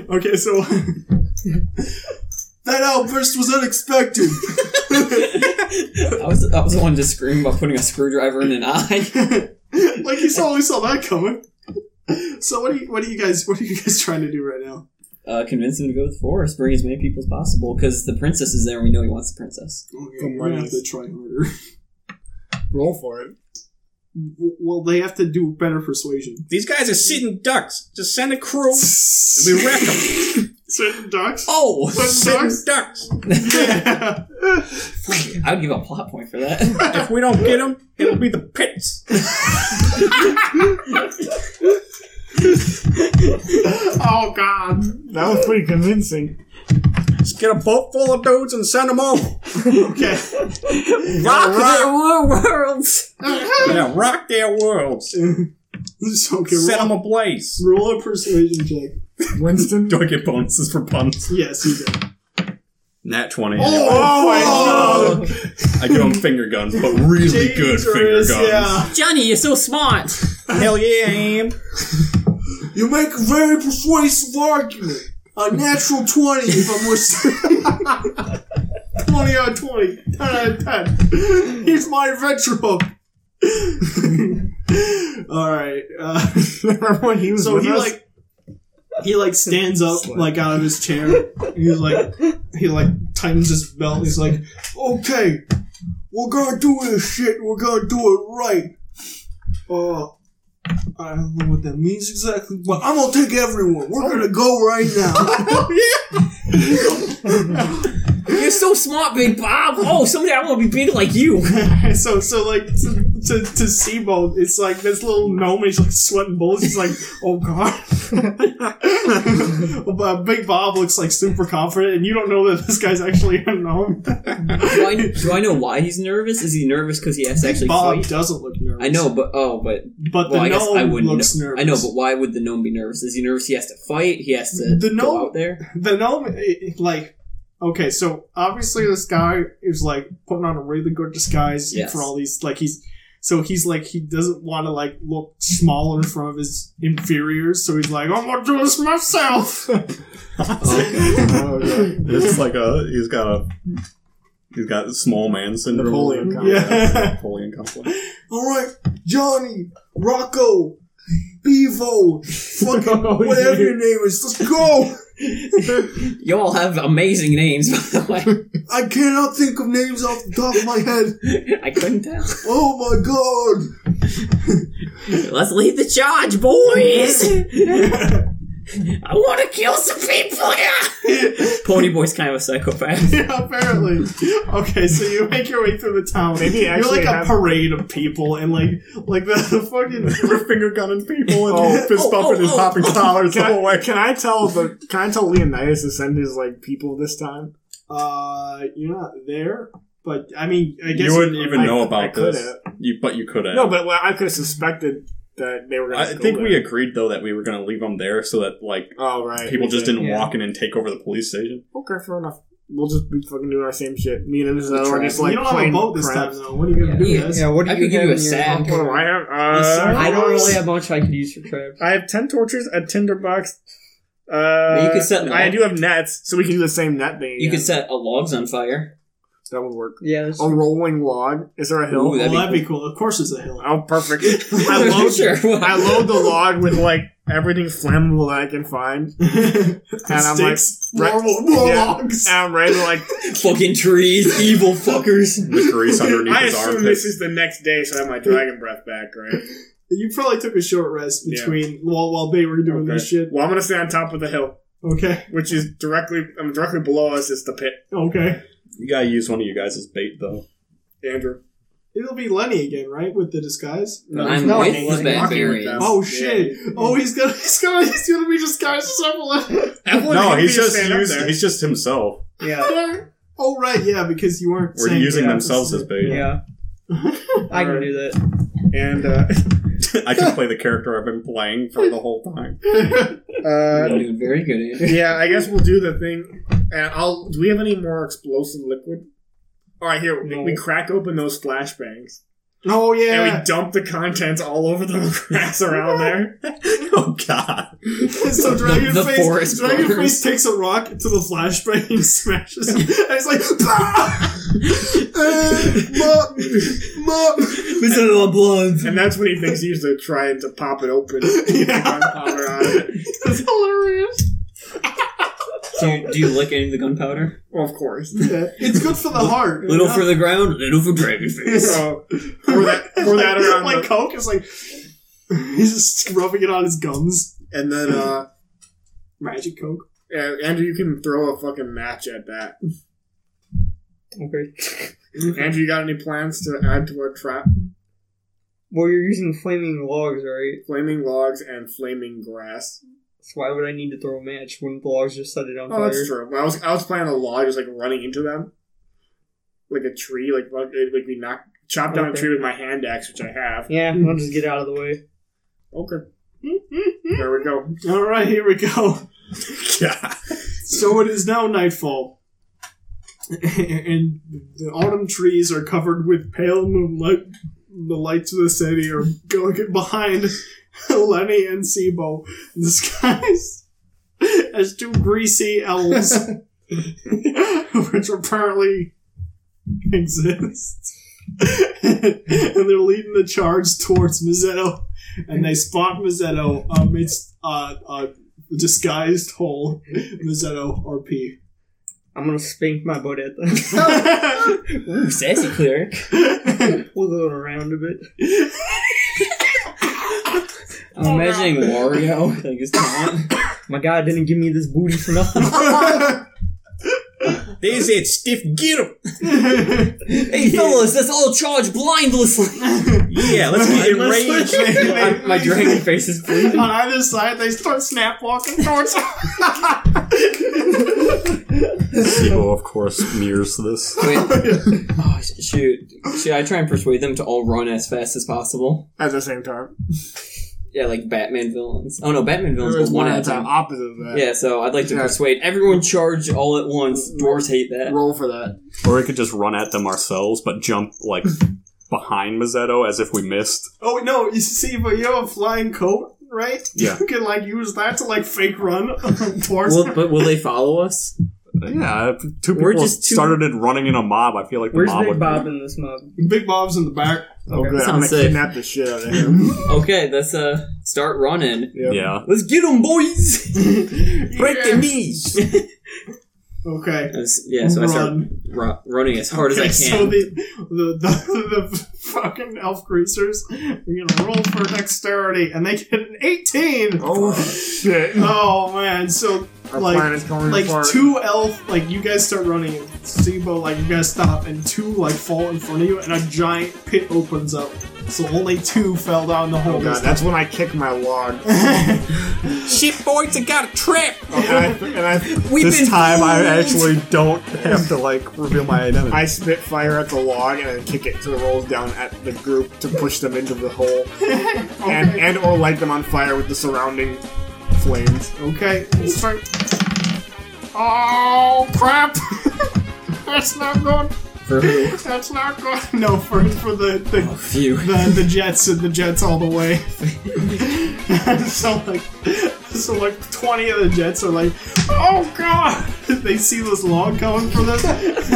Speaker 10: okay, so that outburst was unexpected.
Speaker 5: I was I was the one to scream about putting a screwdriver in an eye.
Speaker 10: like you saw, we saw that coming. So what are you, what are you guys what are you guys trying to do right now?
Speaker 5: Uh, convince him to go to the forest, bring as many people as possible, because the princess is there and we know he wants the princess.
Speaker 10: Okay,
Speaker 12: The
Speaker 10: we're gonna have to
Speaker 12: money.
Speaker 10: try harder.
Speaker 12: Roll for it.
Speaker 10: W- well, they have to do better persuasion.
Speaker 7: These guys are sitting ducks. Just send a crew and we wreck them.
Speaker 10: Certain ducks.
Speaker 5: Oh!
Speaker 7: Sitting ducks.
Speaker 10: Yeah.
Speaker 5: I would give a plot point for that.
Speaker 7: If we don't get them, it'll be the pits.
Speaker 10: oh God. Oh,
Speaker 12: That was pretty convincing.
Speaker 7: Just get a boat full of dudes and send them over.
Speaker 10: Okay.
Speaker 7: Rock their,
Speaker 5: worlds.
Speaker 7: yeah, rock their worlds.
Speaker 10: so, okay,
Speaker 7: Set them
Speaker 10: roll,
Speaker 7: ablaze.
Speaker 10: roll a persuasion check.
Speaker 12: Winston.
Speaker 7: Do I get bonuses for puns?
Speaker 10: Yes, you did.
Speaker 7: Nat 20.
Speaker 10: Oh, my god!
Speaker 7: I give them finger guns, but really good finger guns.
Speaker 10: Yeah.
Speaker 5: Johnny, you're so smart.
Speaker 7: Hell yeah, I am.
Speaker 10: You make a very persuasive argument. A natural 20 if I'm listening. 20 out of 20. 10 out of 10. Here's my adventure book. Alright. Uh,
Speaker 12: Remember when he was
Speaker 10: so
Speaker 12: with
Speaker 10: he
Speaker 12: us?
Speaker 10: like he like stands up like out of his chair. And he's like he like tightens his belt. and He's like, okay, we're gonna do this shit. We're gonna do it right. Uh, I don't know what that means exactly, but I'm gonna take everyone. We're gonna go right now.
Speaker 5: You're so smart, Big Bob. Oh, someday I want to be big like you.
Speaker 10: so so like to to, to Seabold, it's like this little gnome. He's like sweating bullets. He's like, oh god. but Big Bob looks like super confident, and you don't know that this guy's actually a gnome.
Speaker 5: Do I, do I know why he's nervous? Is he nervous because he has to actually
Speaker 10: Bob
Speaker 5: fight?
Speaker 10: doesn't look nervous.
Speaker 5: I know, but oh, but
Speaker 10: but the
Speaker 5: well, I guess
Speaker 10: gnome
Speaker 5: I wouldn't.
Speaker 10: looks
Speaker 5: know.
Speaker 10: nervous.
Speaker 5: I know, but why would the gnome be nervous? Is he nervous? He has to fight. He has to
Speaker 10: The gnome-
Speaker 5: go out there.
Speaker 10: the gnome, it- it- like, okay, so obviously this guy is like putting on a really good disguise
Speaker 5: Yes.
Speaker 10: for all these, like he's. So he's like he doesn't want to like look small in front of his inferiors, so he's like, I'm gonna do this myself.
Speaker 12: oh, yeah.
Speaker 7: It's like a he's got a he's got small man syndrome.
Speaker 12: Napoleon complex.
Speaker 10: yeah.
Speaker 7: Napoleon complex.
Speaker 10: All right, Johnny, Rocco, Bevo, fucking
Speaker 12: Oh,
Speaker 10: whatever your name is, let's go.
Speaker 5: You all have amazing names, by the
Speaker 10: I cannot think of names off the top of my head.
Speaker 5: way. I couldn't tell.
Speaker 10: Oh my god.
Speaker 5: Let's lead the charge, boys. I want to kill some people. Yeah. Pony Boy's kind of a psychopath.
Speaker 10: yeah, apparently. Okay, so you make your way through the town.
Speaker 12: Maybe
Speaker 10: You're
Speaker 12: actually
Speaker 10: like a
Speaker 12: have-
Speaker 10: parade of people, and like, like the, the fucking.
Speaker 7: We're finger gunning people and
Speaker 12: Oh.
Speaker 7: fist
Speaker 5: Oh,
Speaker 7: bumping
Speaker 5: oh,
Speaker 7: and
Speaker 5: oh,
Speaker 7: popping
Speaker 5: oh.
Speaker 7: collars the
Speaker 12: Can
Speaker 7: whole
Speaker 12: I,
Speaker 7: way.
Speaker 12: can I tell the can I tell Leonidas to send his like people this time?
Speaker 10: Uh, you're not there, but I mean, I guess
Speaker 7: You wouldn't even
Speaker 12: I-
Speaker 7: know
Speaker 12: I
Speaker 7: about
Speaker 12: coulda.
Speaker 7: this. You but you could have.
Speaker 12: No, but well, I could have suspected that they were. Gonna
Speaker 7: I
Speaker 12: go
Speaker 7: think we
Speaker 12: there.
Speaker 7: agreed though that we were going to leave them there so that like
Speaker 12: Oh right.
Speaker 7: people
Speaker 12: we
Speaker 7: just
Speaker 12: did.
Speaker 7: didn't
Speaker 11: yeah.
Speaker 7: walk in and take over the police station.
Speaker 12: Okay, fair enough. We'll just be fucking doing our same shit. Me and Enzo are
Speaker 11: Try.
Speaker 12: just like
Speaker 10: you don't have a
Speaker 12: plain
Speaker 10: boat this
Speaker 12: crap.
Speaker 10: time, though. What are you gonna do,
Speaker 11: Yeah,
Speaker 10: guys?
Speaker 11: yeah, what do
Speaker 5: I
Speaker 11: you
Speaker 5: could give
Speaker 11: have
Speaker 5: you a
Speaker 11: in your
Speaker 5: sack.
Speaker 12: What do
Speaker 11: inventory?
Speaker 12: I have? Uh,
Speaker 11: I don't really have much I could use for traps.
Speaker 4: I have ten torches, a tinderbox.
Speaker 5: But
Speaker 4: Uh,
Speaker 5: you could set them
Speaker 12: I
Speaker 5: up.
Speaker 12: do have nets, so we can do the same net thing.
Speaker 5: You
Speaker 12: again.
Speaker 5: could set a logs on fire.
Speaker 12: that would work.
Speaker 11: Yeah, that's
Speaker 4: Oh.
Speaker 12: A rolling log. Is there a hill?
Speaker 5: Ooh,
Speaker 10: Oh, Well,
Speaker 5: that'd
Speaker 10: that'd be cool. Of course, it's a hill.
Speaker 12: oh, perfect. I load,
Speaker 5: Sure.
Speaker 12: I load the log with like everything flammable that I can find,
Speaker 10: and
Speaker 12: and I'm like,
Speaker 10: Sticks,
Speaker 12: right-
Speaker 10: normal warlocks.
Speaker 12: and I'm ready to like.
Speaker 5: Fucking trees, evil fuckers.
Speaker 7: The grease underneath
Speaker 4: I
Speaker 7: his
Speaker 4: assume
Speaker 7: armpit.
Speaker 4: this is the next day, so I have my dragon breath back, right?
Speaker 10: You probably took a short rest
Speaker 4: Yeah.
Speaker 10: between while while they were doing
Speaker 4: Okay.
Speaker 10: this shit.
Speaker 4: Well, I'm gonna stay on top of the hill,
Speaker 10: Okay,
Speaker 4: which is directly, I'm directly below us. Is the pit,
Speaker 10: okay.
Speaker 7: you gotta use one of you guys as bait though.
Speaker 4: Andrew?
Speaker 10: It'll be Lenny again, right, with the disguise.
Speaker 5: I'm
Speaker 12: No,
Speaker 5: with
Speaker 12: he's
Speaker 5: the
Speaker 12: walking
Speaker 5: barbarians.
Speaker 10: Oh shit! Oh, he's gonna he's gonna he's gonna be disguised as Evelyn.
Speaker 4: Evelyn
Speaker 7: no,
Speaker 4: could
Speaker 7: he's
Speaker 4: be a
Speaker 7: just
Speaker 4: stand-up
Speaker 7: used,
Speaker 4: there.
Speaker 7: he's just himself.
Speaker 11: yeah,
Speaker 10: Oh right, yeah, because you weren't.
Speaker 7: We're
Speaker 10: saying
Speaker 7: using
Speaker 10: that.
Speaker 7: themselves as bait.
Speaker 11: yeah. I can do that.
Speaker 4: And uh,
Speaker 7: I can play the character I've been playing for the whole time.
Speaker 5: You're
Speaker 4: uh,
Speaker 5: doing very good, Andrew.
Speaker 4: yeah, I guess we'll do the thing. And I'll. Do we have any more explosive liquid? All right, here we- we crack open those flashbangs
Speaker 10: Oh
Speaker 4: and
Speaker 10: yeah.
Speaker 4: we dump the contents all over the grass around there.
Speaker 7: oh god.
Speaker 10: so Dragonface,
Speaker 5: the forest
Speaker 10: Dragonface
Speaker 5: brothers.
Speaker 10: takes a rock to the flashbang and smashes him, and he's like, "Ah! Eh, mop, mop."
Speaker 4: And that's when he thinks he's like, trying to pop it open.
Speaker 10: Yeah.
Speaker 4: Gunpowder on it.
Speaker 10: That's hilarious.
Speaker 5: So, do you lick any of the gunpowder?
Speaker 4: Well, of course.
Speaker 10: Yeah. It's good for the heart.
Speaker 5: Little for the ground, little for Dragonface.
Speaker 4: So pour that, pour that around.
Speaker 10: like
Speaker 4: the-
Speaker 10: Coke is like, he's just rubbing it on his gums.
Speaker 4: and then, uh,
Speaker 10: Magic Coke.
Speaker 4: yeah, Andrew, you can throw a fucking match at that.
Speaker 11: Okay.
Speaker 4: Andrew, you got any plans to add to our trap?
Speaker 11: Well, you're using flaming logs, right?
Speaker 4: Flaming logs and flaming grass.
Speaker 11: So why would I need to throw a match? Wouldn't the logs just set it on
Speaker 12: Oh,
Speaker 11: fire?
Speaker 12: that's true. When I was I was playing a log, just like running into them, like a tree, like like like we knocked chopped down
Speaker 11: Okay.
Speaker 12: a tree with my hand axe, which I have.
Speaker 11: Yeah, I'll just get out of the way.
Speaker 12: Okay, there we go.
Speaker 10: All right, here we go. So it is now nightfall, and the autumn trees are covered with pale moonlight. The lights of the city are going behind Lenny and Sibo, disguised as two greasy elves, which apparently exist. and they're leading the charge towards Mazzetto, and they spot Mazzetto amidst uh, a disguised hole, Mazzetto RP.
Speaker 11: I'm gonna spank my butt at them.
Speaker 5: Ooh, sassy cleric.
Speaker 11: we'll go around a bit.
Speaker 5: I'm imagining Wario. Like his taunt.
Speaker 11: My God didn't give me this booty for nothing.
Speaker 7: They said stiff, get him.
Speaker 5: Hey fellas, let's all charge blindlessly.
Speaker 7: Yeah, let's get enraged.
Speaker 5: my, my dragon face is bleeding.
Speaker 10: On either side, they start snap walking towards.
Speaker 7: Sibo, of course, mirrors this.
Speaker 5: Wait. Oh, sh- shoot. Should I try and persuade them to all run as fast as possible?
Speaker 12: At the same time,
Speaker 5: Yeah, like Batman villains. Oh no, Batman villains
Speaker 12: There was
Speaker 5: go one at a time.
Speaker 12: Opposite of that.
Speaker 5: Yeah, so I'd like to
Speaker 12: Yeah.
Speaker 5: persuade everyone charge all at once. Dwarves hate that.
Speaker 12: Roll for that.
Speaker 7: Or we could just run at them ourselves, but jump like behind Mazzetto as if we missed.
Speaker 10: oh no, you see, but you have a flying coat, right?
Speaker 7: Yeah.
Speaker 10: You can like use that to like fake run towards.
Speaker 5: Will, but will they follow us?
Speaker 7: Yeah, if two
Speaker 5: We're
Speaker 7: people
Speaker 5: just two-
Speaker 7: started it running in a mob. I feel like the
Speaker 11: Where's
Speaker 7: mob
Speaker 11: Big
Speaker 7: would.
Speaker 11: Bob in this mob?
Speaker 10: Big Bob's in the back.
Speaker 12: Oh, good. I'm
Speaker 5: sounds
Speaker 12: gonna
Speaker 5: safe.
Speaker 12: kidnap the shit out of him.
Speaker 5: Okay, let's uh start running.
Speaker 12: Yep.
Speaker 7: Yeah,
Speaker 5: Let's get them, boys! Break their knees!
Speaker 10: Okay.
Speaker 5: yeah, so I start
Speaker 10: Run.
Speaker 5: ru- running as hard
Speaker 10: Okay,
Speaker 5: as I
Speaker 10: So
Speaker 5: can.
Speaker 10: the the, the the fucking elf greasers are gonna roll for dexterity, and they get an eighteen.
Speaker 12: Oh shit!
Speaker 10: Oh man! So
Speaker 12: Our
Speaker 10: like-
Speaker 12: planet's going
Speaker 10: like
Speaker 12: apart.
Speaker 10: two elf like you guys start running Sibo like you guys stop and two like fall in front of you and a giant pit opens up so only two fell down the hole
Speaker 12: Oh god, that's when I kick my log.
Speaker 5: Shit, boys, I got a trap!
Speaker 12: and I, and I,
Speaker 5: We've
Speaker 7: this
Speaker 5: been
Speaker 7: time I
Speaker 5: fooled.
Speaker 7: actually don't have to like reveal my identity.
Speaker 12: I spit fire at the log and then kick it so it rolls down at the group to push them into the hole and and or light them on fire with the surrounding flames.
Speaker 10: okay let's start oh crap that's not good
Speaker 5: For who?
Speaker 10: that's not good no for for the the,
Speaker 5: Oh, Phew.
Speaker 10: the, the jets and the jets all the way so like so like 20 of the jets are like oh god they see this log coming for them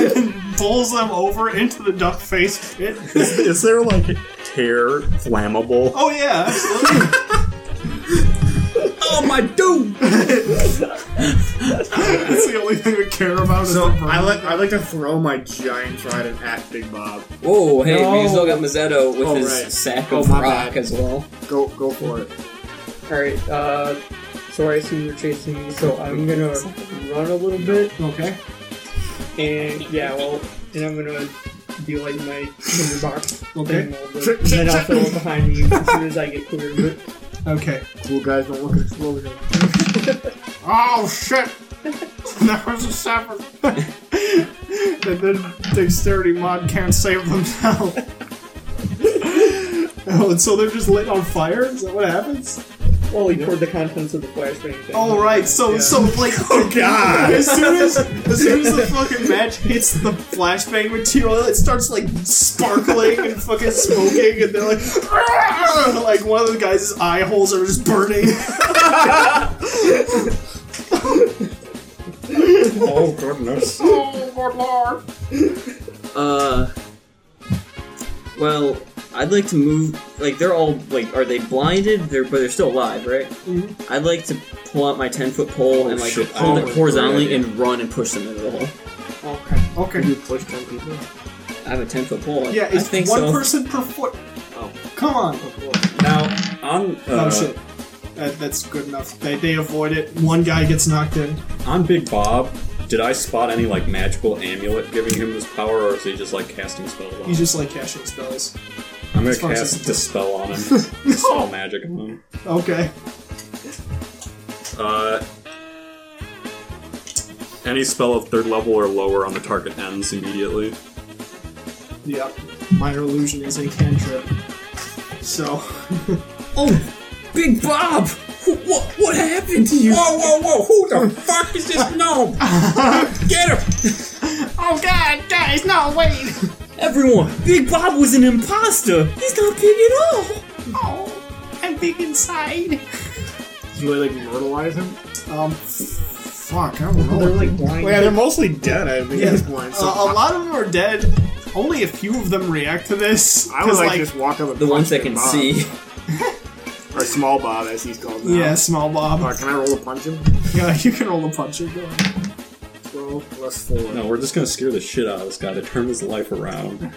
Speaker 10: and bowls them over into the duck face pit
Speaker 7: is, is there like tear flammable?
Speaker 10: oh yeah absolutely
Speaker 5: Oh, my dude!
Speaker 10: that's the only thing we care about is
Speaker 12: So
Speaker 10: the burn.
Speaker 12: I like I like to throw my giant trident at Big Bob.
Speaker 5: Whoa, hey, we
Speaker 12: No.
Speaker 5: still got Mazzetto with
Speaker 12: Oh,
Speaker 5: his
Speaker 12: right.
Speaker 5: sack
Speaker 12: Oh,
Speaker 5: of
Speaker 12: my
Speaker 5: rock
Speaker 12: bad.
Speaker 5: as well.
Speaker 12: Go go for it.
Speaker 11: Alright, uh, so I assume you're chasing me, so I'm gonna run a little bit.
Speaker 10: okay
Speaker 11: And yeah, well, and I'm gonna do like my tinderbox
Speaker 10: Okay.
Speaker 11: thing a little bit. And uh, then I'll throw it behind me as soon as I get clear of it.
Speaker 10: okay
Speaker 12: Cool guys, don't look at the slow here.
Speaker 10: oh shit there was a seven and then dexterity mod can't save them now oh and so they're just lit on fire is that what happens
Speaker 11: Well, he poured the contents of the flashbang. thing.
Speaker 10: All right, so
Speaker 11: Yeah.
Speaker 10: so like oh god! As soon as as soon as the fucking match hits the flashbang material, it starts like sparkling and fucking smoking, and they're like, "Ah!" like one of the guys' eye holes are just burning.
Speaker 7: Oh goodness!
Speaker 10: oh my lord!
Speaker 5: Uh, well, I'd like to move. Like they're all like, are they blinded? They're but they're still alive, right? I'd like to pull out my ten foot pole and like
Speaker 7: shit,
Speaker 5: hold
Speaker 7: I
Speaker 5: it
Speaker 7: know.
Speaker 5: horizontally and run and push them into the hole.
Speaker 10: Okay, okay.
Speaker 12: You push ten people.
Speaker 5: I have a ten foot pole.
Speaker 10: Yeah,
Speaker 5: I
Speaker 10: it's
Speaker 5: think
Speaker 10: one
Speaker 5: so.
Speaker 10: person per foot.
Speaker 7: Oh.
Speaker 10: Come on!
Speaker 4: Uh,
Speaker 7: Now on
Speaker 10: oh
Speaker 7: uh,
Speaker 10: shit! That, that's good enough. They, they avoid it. One guy gets knocked in.
Speaker 7: on Big Bob, did I spot any like magical amulet giving him this power, or is he just like casting spells? On
Speaker 10: He's
Speaker 7: him?
Speaker 10: just like cashing spells.
Speaker 7: I'm gonna
Speaker 10: as far as
Speaker 7: cast
Speaker 10: it's-
Speaker 7: dispel on him. dispel magic on him.
Speaker 10: Okay.
Speaker 7: Uh, any spell of third level or lower on the target ends immediately.
Speaker 10: Yep. Minor illusion is a cantrip. So
Speaker 5: Oh, Big Bob! Who, what, what happened to you? Whoa, whoa, whoa! Who the fuck is this gnome? Get him!
Speaker 11: Oh god, guys, no, wait!
Speaker 5: Everyone, Big Bob was an imposter! He's not big at all!
Speaker 11: Oh, I'm big inside.
Speaker 4: Do I like myrtleize him?
Speaker 10: um
Speaker 4: Fuck, I don't
Speaker 11: They're
Speaker 4: know.
Speaker 11: like blind.
Speaker 4: Well, yeah, they're mostly dead. I Uh, think at this point. So
Speaker 10: Uh, a, a lot of them are dead. Only a few of them react to this.
Speaker 4: I would
Speaker 10: 'cause,
Speaker 4: like, just walk up and
Speaker 5: The ones
Speaker 4: punch
Speaker 5: that
Speaker 4: Big
Speaker 5: can
Speaker 4: Bob.
Speaker 5: see.
Speaker 4: or small Bob as he's called now.
Speaker 10: yeah, small Bob.
Speaker 4: Uh, can I roll a punch him?
Speaker 10: Yeah, you can roll a puncher. Go ahead.
Speaker 4: Twelve plus four.
Speaker 7: No, we're just gonna scare the shit out of this guy to turn his life around.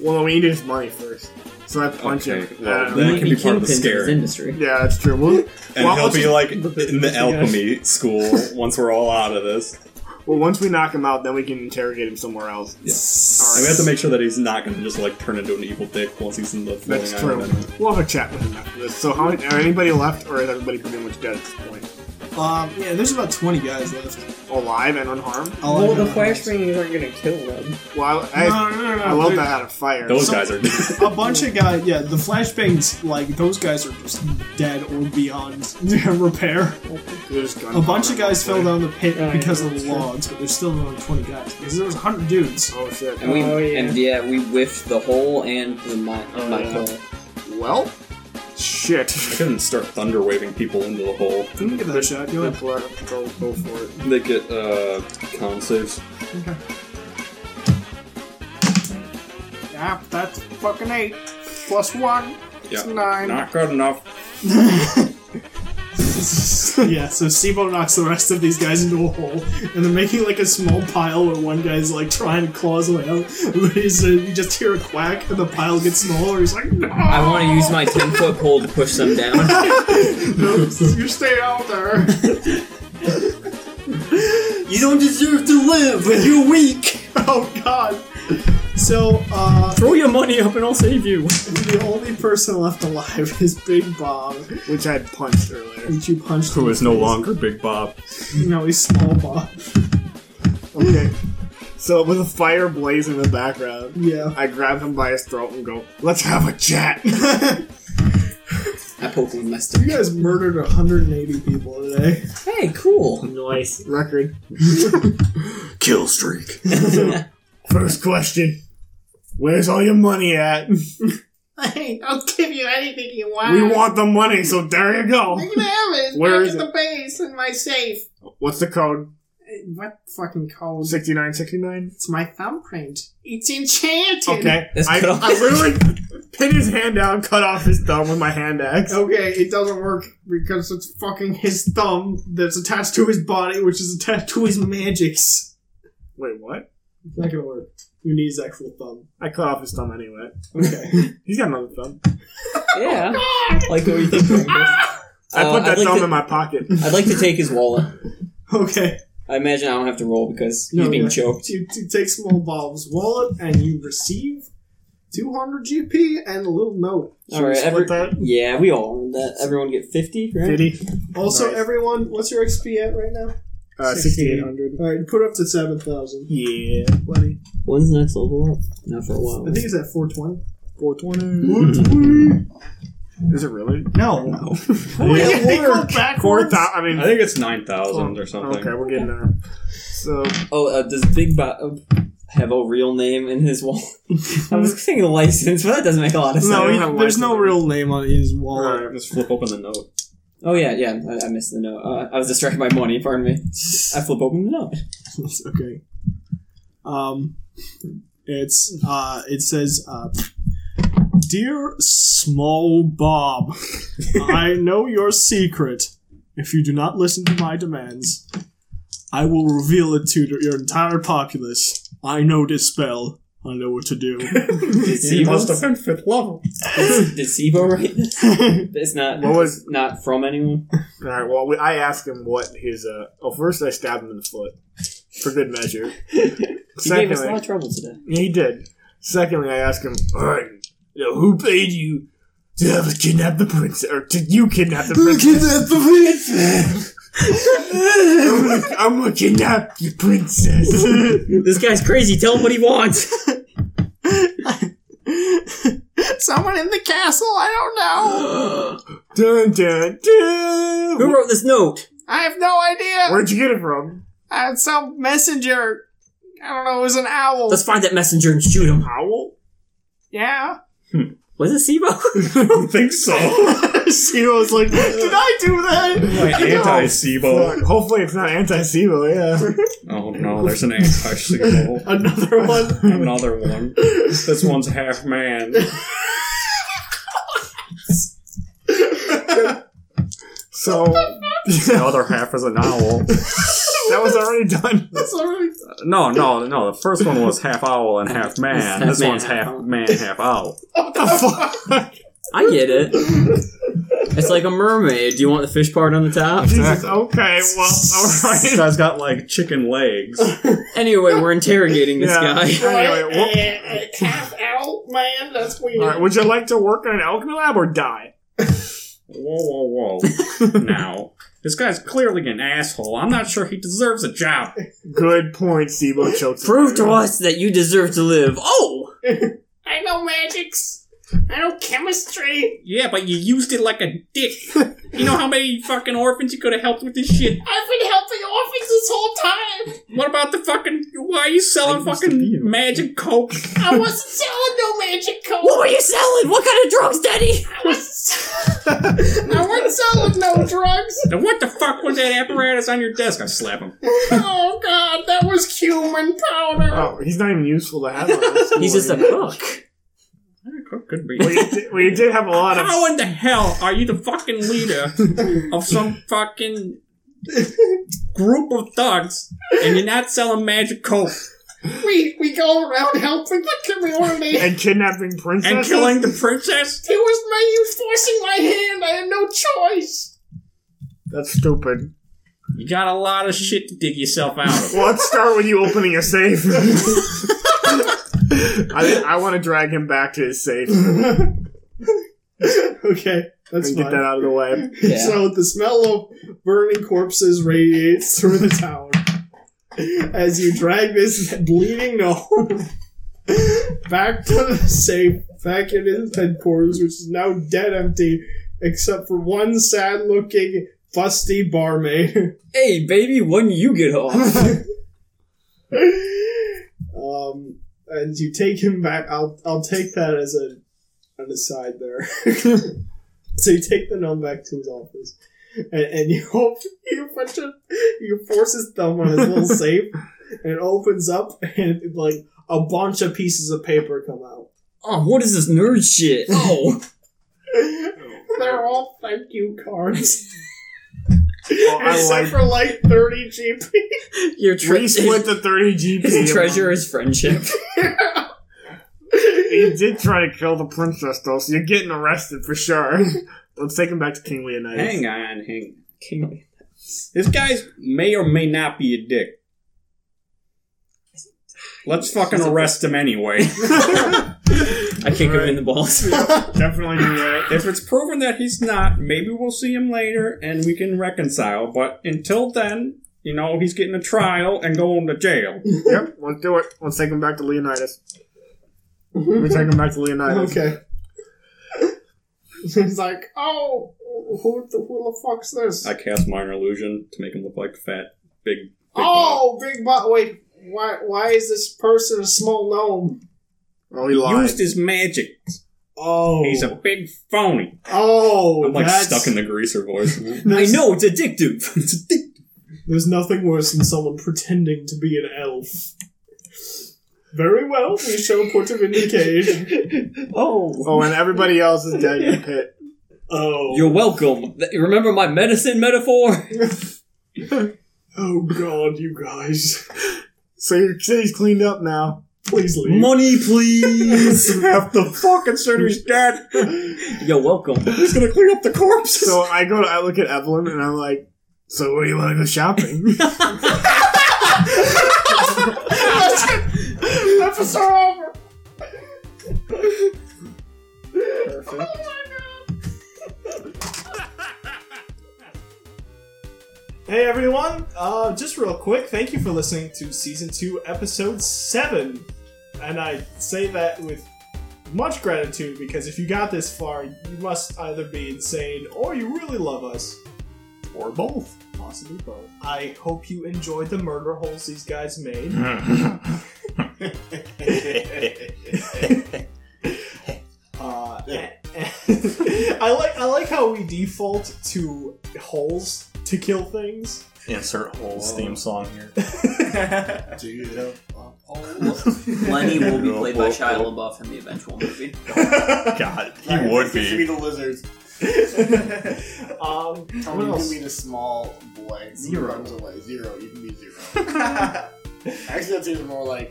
Speaker 4: Well, we need his money first. So I punch
Speaker 7: Okay,
Speaker 4: him.
Speaker 7: well,
Speaker 4: Uh,
Speaker 7: Then it
Speaker 5: Might
Speaker 7: can be part of the
Speaker 5: kingpins
Speaker 7: scare.
Speaker 5: this industry.
Speaker 4: yeah, that's true. We'll,
Speaker 7: And
Speaker 4: well,
Speaker 7: he'll
Speaker 4: once
Speaker 7: be
Speaker 4: we-
Speaker 7: like in the alchemy school once we're all out of this.
Speaker 4: well, once we knock him out, then we can interrogate him somewhere else. All
Speaker 7: And we have to make sure that he's not gonna just like turn into an evil dick once he's in the floating
Speaker 4: That's true.
Speaker 7: island.
Speaker 4: We'll have a chat with him after this. So, how many, are anybody left, or is everybody pretty much dead at this point?
Speaker 10: Um, yeah, there's about 20 guys left.
Speaker 4: Alive and unharmed?
Speaker 10: All
Speaker 11: Well,
Speaker 10: Oh, I
Speaker 11: the
Speaker 10: know-
Speaker 11: flashbangs aren't gonna kill them.
Speaker 4: Well, I,
Speaker 10: No, no, no, no,
Speaker 4: I love
Speaker 10: there-
Speaker 4: that out of fire.
Speaker 7: Those
Speaker 10: So-
Speaker 7: guys are
Speaker 10: A bunch of guys, yeah, the flashbangs, like, those guys are just dead or beyond repair.
Speaker 4: There's gunfire
Speaker 10: A bunch of guys fell
Speaker 4: mostly.
Speaker 10: down the pit
Speaker 11: Yeah,
Speaker 10: because of
Speaker 11: that's
Speaker 10: the
Speaker 11: true.
Speaker 10: logs, but there's still only 20 guys. Because there was 100 dudes.
Speaker 4: Oh shit.
Speaker 5: And we,
Speaker 11: Oh, yeah.
Speaker 5: and yeah, we whiffed the hole and the my,
Speaker 4: Oh,
Speaker 5: my
Speaker 4: yeah.
Speaker 5: pillow.
Speaker 4: Well, shit.
Speaker 7: I couldn't start thunder waving people into the hole.
Speaker 10: You can give that a shot. Go
Speaker 4: Go,
Speaker 10: ahead.
Speaker 4: for it. go, go for it.
Speaker 7: They get uh con saves.
Speaker 10: Yeah, that's fucking 8. Plus 1.
Speaker 7: Yeah.
Speaker 10: Nine.
Speaker 7: Not good enough.
Speaker 10: yeah, so Sibo knocks the rest of these guys into a hole, and they're making like a small pile where one guy's like trying to claw his way out. He's, uh, you just hear a quack, and the pile gets smaller. He's like, no,
Speaker 5: I want to use my 10 foot pole to push them down.
Speaker 10: you stay out there.
Speaker 5: you don't deserve to live! You're weak!
Speaker 10: oh god. So, uh,
Speaker 5: Throw your money up and I'll save you!
Speaker 10: the only person left alive is Big Bob,
Speaker 4: Which I had punched earlier.
Speaker 10: which you punched.
Speaker 7: Who is no longer Big Bob.
Speaker 10: No, he's Small Bob.
Speaker 4: Okay. So with a fire blazing in the background,
Speaker 10: Yeah.
Speaker 4: I grab him by his throat and go, "Let's have a chat."
Speaker 5: I poke him with my stick.
Speaker 10: You guys murdered 180 people today.
Speaker 5: Hey, cool!
Speaker 11: Nice.
Speaker 4: Record.
Speaker 7: Kill streak.
Speaker 4: First question. Where's all your money at?
Speaker 11: Hey, I'll give you anything you want.
Speaker 4: We want the money, so there you go.
Speaker 11: You can have it. It's
Speaker 4: Where
Speaker 11: back
Speaker 4: is
Speaker 11: at
Speaker 4: it?
Speaker 11: the base in my safe.
Speaker 4: What's the code?
Speaker 11: What fucking code?
Speaker 4: Sixty nine, sixty nine.
Speaker 11: It's my thumbprint. It's enchanted.
Speaker 4: Okay.
Speaker 5: That's
Speaker 4: I,
Speaker 5: cut off.
Speaker 4: I literally pinned his hand down, cut off his thumb with my hand axe.
Speaker 11: Oh.
Speaker 10: Okay, it doesn't work because it's fucking his thumb that's attached to his body, which is attached to his magics.
Speaker 4: Wait, what?
Speaker 10: It's not gonna work. You need his actual thumb.
Speaker 4: I cut off his thumb anyway.
Speaker 10: Okay.
Speaker 4: He's got another thumb.
Speaker 5: Yeah.
Speaker 4: Oh,
Speaker 5: Like what you think.
Speaker 4: I
Speaker 5: Uh,
Speaker 4: put that
Speaker 5: I'd like
Speaker 4: thumb
Speaker 5: to-
Speaker 4: in my pocket.
Speaker 5: I'd like to take his wallet.
Speaker 10: okay.
Speaker 5: I imagine I don't have to roll because he's
Speaker 10: No,
Speaker 5: being
Speaker 10: yeah.
Speaker 5: choked.
Speaker 10: You, you take Small Bob's wallet and you receive 200 GP and a little note.
Speaker 5: All right,
Speaker 4: Split
Speaker 5: every-
Speaker 4: that.
Speaker 5: yeah, we all earned that. Everyone get fifty, right?
Speaker 4: Did he?
Speaker 10: Also,
Speaker 4: Nice.
Speaker 10: everyone, what's your XP at right now?
Speaker 4: Uh, 6,800.
Speaker 10: Alright, put up to 7,000.
Speaker 4: Yeah.
Speaker 10: Plenty.
Speaker 5: When's the next level up? Not for a while.
Speaker 10: I think it's at 420.
Speaker 4: 420. Is it really?
Speaker 10: No. no.
Speaker 4: Yeah, they go Four
Speaker 10: backwards.
Speaker 4: thou- I mean,
Speaker 7: I think it's nine thousand or something.
Speaker 4: okay, we're getting there. So,
Speaker 5: Oh, uh, does Big Bob have a real name in his wallet? I was thinking license, but that doesn't make a lot of sense.
Speaker 4: I
Speaker 10: No,
Speaker 4: don't
Speaker 10: he-
Speaker 4: have
Speaker 10: there's
Speaker 4: license.
Speaker 10: no real name on his
Speaker 4: all
Speaker 10: wallet.
Speaker 4: right.
Speaker 7: Let's flip open the note.
Speaker 5: Oh yeah, yeah. I, I missed the note. Uh, I was distracted by money. Pardon me. I flip open the note.
Speaker 10: It's okay. Um, it's uh, it says, uh, "Dear Small Bob, I know your secret. If you do not listen to my demands, I will reveal it to your entire populace. I know this spell. I know what to do."
Speaker 5: Did Sibo?
Speaker 4: been fifth level.
Speaker 5: Did Sibo write this? It's not.
Speaker 4: What was-
Speaker 5: it's not from anyone.
Speaker 4: All right. Well, we, I asked him what his. Uh, oh, first I stabbed him in the foot for good measure.
Speaker 5: He gave us a lot
Speaker 4: Secondly,
Speaker 5: of trouble today.
Speaker 4: he did. Secondly, I asked him, "All right, you know, who paid you to have us kidnap the princess, or to you kidnap the princess?"
Speaker 10: the
Speaker 4: I'm gonna, I'm gonna kidnap the princess.
Speaker 5: This guy's crazy. Tell him what he wants.
Speaker 13: Someone in the castle? I don't know.
Speaker 4: dun, dun, dun.
Speaker 5: Who wrote this note?
Speaker 13: I have no idea.
Speaker 4: Where'd you get it from?
Speaker 13: I had some messenger. I don't know, it was an owl.
Speaker 5: Let's find that messenger and shoot him.
Speaker 4: Owl?
Speaker 13: yeah.
Speaker 5: Was it SIBO?
Speaker 7: I don't think so.
Speaker 13: Siro was like, did I do that?
Speaker 7: Like anti SIBO.
Speaker 4: Fuck, Hopefully it's not anti-SIBO, yeah.
Speaker 7: Oh no, there's an anti SIBO.
Speaker 13: Another one.
Speaker 7: Another one. This one's half man.
Speaker 4: So,
Speaker 7: The other half is an owl.
Speaker 4: that was already done.
Speaker 7: No, no, no. The first one was half owl and half man.
Speaker 5: Half
Speaker 7: this
Speaker 5: man,
Speaker 7: one's
Speaker 5: half
Speaker 7: half
Speaker 5: owl.
Speaker 7: man, half owl.
Speaker 5: I get it. It's like a mermaid. Do you want the fish part on the top?
Speaker 4: Jesus, okay, well,
Speaker 7: This
Speaker 4: alright.
Speaker 7: guy's got like chicken legs.
Speaker 5: Anyway, we're interrogating this
Speaker 4: Yeah.
Speaker 5: guy.
Speaker 4: Anyway, what-
Speaker 10: half Uh, out, man. That's weird.
Speaker 4: All right, would you like to work in an alchemy lab or die?
Speaker 7: Whoa, whoa, whoa. now, this guy's clearly an asshole. I'm not sure he deserves a job.
Speaker 4: Good point, Sibo chokes.
Speaker 5: Prove to us that you deserve to live. Oh!
Speaker 10: I know magics. I know chemistry.
Speaker 7: Yeah, but you used it like a dick. You know how many fucking orphans you could have helped with this shit?
Speaker 10: I've been helping orphans this whole time.
Speaker 7: What about the fucking. Why are you selling fucking magic coke?
Speaker 10: I wasn't selling no magic code.
Speaker 5: What were you selling? What kind of drugs, Daddy?
Speaker 10: I wasn't. I wasn't selling no drugs.
Speaker 7: Then what the fuck was that apparatus on your desk? I slap him.
Speaker 10: Oh god, that was cumin powder.
Speaker 4: Oh, he's not even useful to have on this
Speaker 5: He's just a
Speaker 4: board.
Speaker 5: cook.
Speaker 7: Coke could be.
Speaker 4: well, you did, well, you did have a lot of.
Speaker 7: How in the hell are you the fucking leader of some fucking group of thugs and you're not selling magic coke
Speaker 10: We we go around helping the community.
Speaker 4: And kidnapping princesses?
Speaker 7: and killing the princess?
Speaker 10: It was my you forcing my hand. I had no choice.
Speaker 4: That's stupid.
Speaker 7: You got a lot of shit to dig yourself out of.
Speaker 4: Well, let's start with you opening a safe. I, I want to drag him back to his safe and
Speaker 10: Okay, that's
Speaker 4: get that out of the way.
Speaker 10: So the smell of burning corpses radiates through the town as you drag this bleeding gnome back to the safe, back in his headquarters, which is now dead empty, except for one sad-looking, fusty barmaid.
Speaker 5: Hey, baby, when you get off?
Speaker 10: um, and you take him back. I'll I'll take that as a an aside there. so you take the gnome back to his office, and, and you hope you put your, you force his thumb on his little safe, and it opens up, and like a bunch of pieces of paper come out.
Speaker 5: Oh, what is this nerd shit? Oh,
Speaker 10: They're all thank you cards,
Speaker 4: Well, I
Speaker 10: except
Speaker 4: like.
Speaker 10: for like thirty GP.
Speaker 5: your tre-
Speaker 4: We split the 30 GP.
Speaker 5: his
Speaker 4: among-
Speaker 5: treasure is friendship.
Speaker 4: You did try to kill the princess, though, so you're getting arrested for sure. Let's take him back to King Leonidas.
Speaker 7: Hang on, hang on.
Speaker 5: King,
Speaker 7: This guy's may or may not be a dick. Let's fucking arrest him anyway.
Speaker 5: I kick him in the balls.
Speaker 4: Definitely do that.
Speaker 7: If it's proven that he's not, maybe we'll see him later and we can reconcile. But until then, you know, he's getting a trial and going to jail.
Speaker 4: Yep, let's do it. Let's take him back to Leonidas.
Speaker 12: Mm-hmm.
Speaker 4: We take him back to Leonidas.
Speaker 10: Okay. He's like, oh, who the, who the fuck's this?
Speaker 7: I cast minor illusion to make him look like fat, big. big
Speaker 10: oh, big butt. Wait, why why is this person a small gnome?
Speaker 4: Oh, he
Speaker 7: He
Speaker 4: lied.
Speaker 7: used his magic.
Speaker 10: Oh,
Speaker 7: He's a big phony.
Speaker 10: oh.
Speaker 7: I'm like
Speaker 10: that's-
Speaker 7: stuck in the greaser voice.
Speaker 5: I
Speaker 10: there's-
Speaker 5: know it's addictive. it's addictive.
Speaker 10: There's nothing worse than someone pretending to be an elf. Very well, we shall put him in the cage.
Speaker 4: Oh, and everybody else is dead in the pit.
Speaker 10: Oh,
Speaker 5: You're welcome. Th- Remember my medicine metaphor?
Speaker 10: oh god, you guys,
Speaker 4: So your city's cleaned up now.
Speaker 10: please leave.
Speaker 5: Money, please.
Speaker 7: Half the fucking city's dead.
Speaker 5: You're welcome.
Speaker 7: He's gonna clean up the corpses.
Speaker 4: So I go to, I look at Evelyn and I'm like, so where do you want to go shopping?
Speaker 10: Episode over. Hey everyone, uh, just real quick, thank you for listening to season two, episode seven. And I say that with much gratitude because if you got this far, you must either be insane or you really love us. Or both. Possibly both. I hope you enjoyed the murder holes these guys made. Uh, I like I like how we default to holes to kill things.
Speaker 7: Insert holes theme song here.
Speaker 12: Oh,
Speaker 5: Lenny
Speaker 10: Um,
Speaker 5: will be played by Shia LaBeouf in the eventual movie.
Speaker 7: God, he would
Speaker 12: Fix me
Speaker 7: be.
Speaker 12: the lizards.
Speaker 10: um, what
Speaker 12: Tell me you
Speaker 10: else?
Speaker 12: can be the small boy. Zero.
Speaker 10: Zero.
Speaker 12: Runs away. Zero. You can be zero. Actually, I'd say it's more like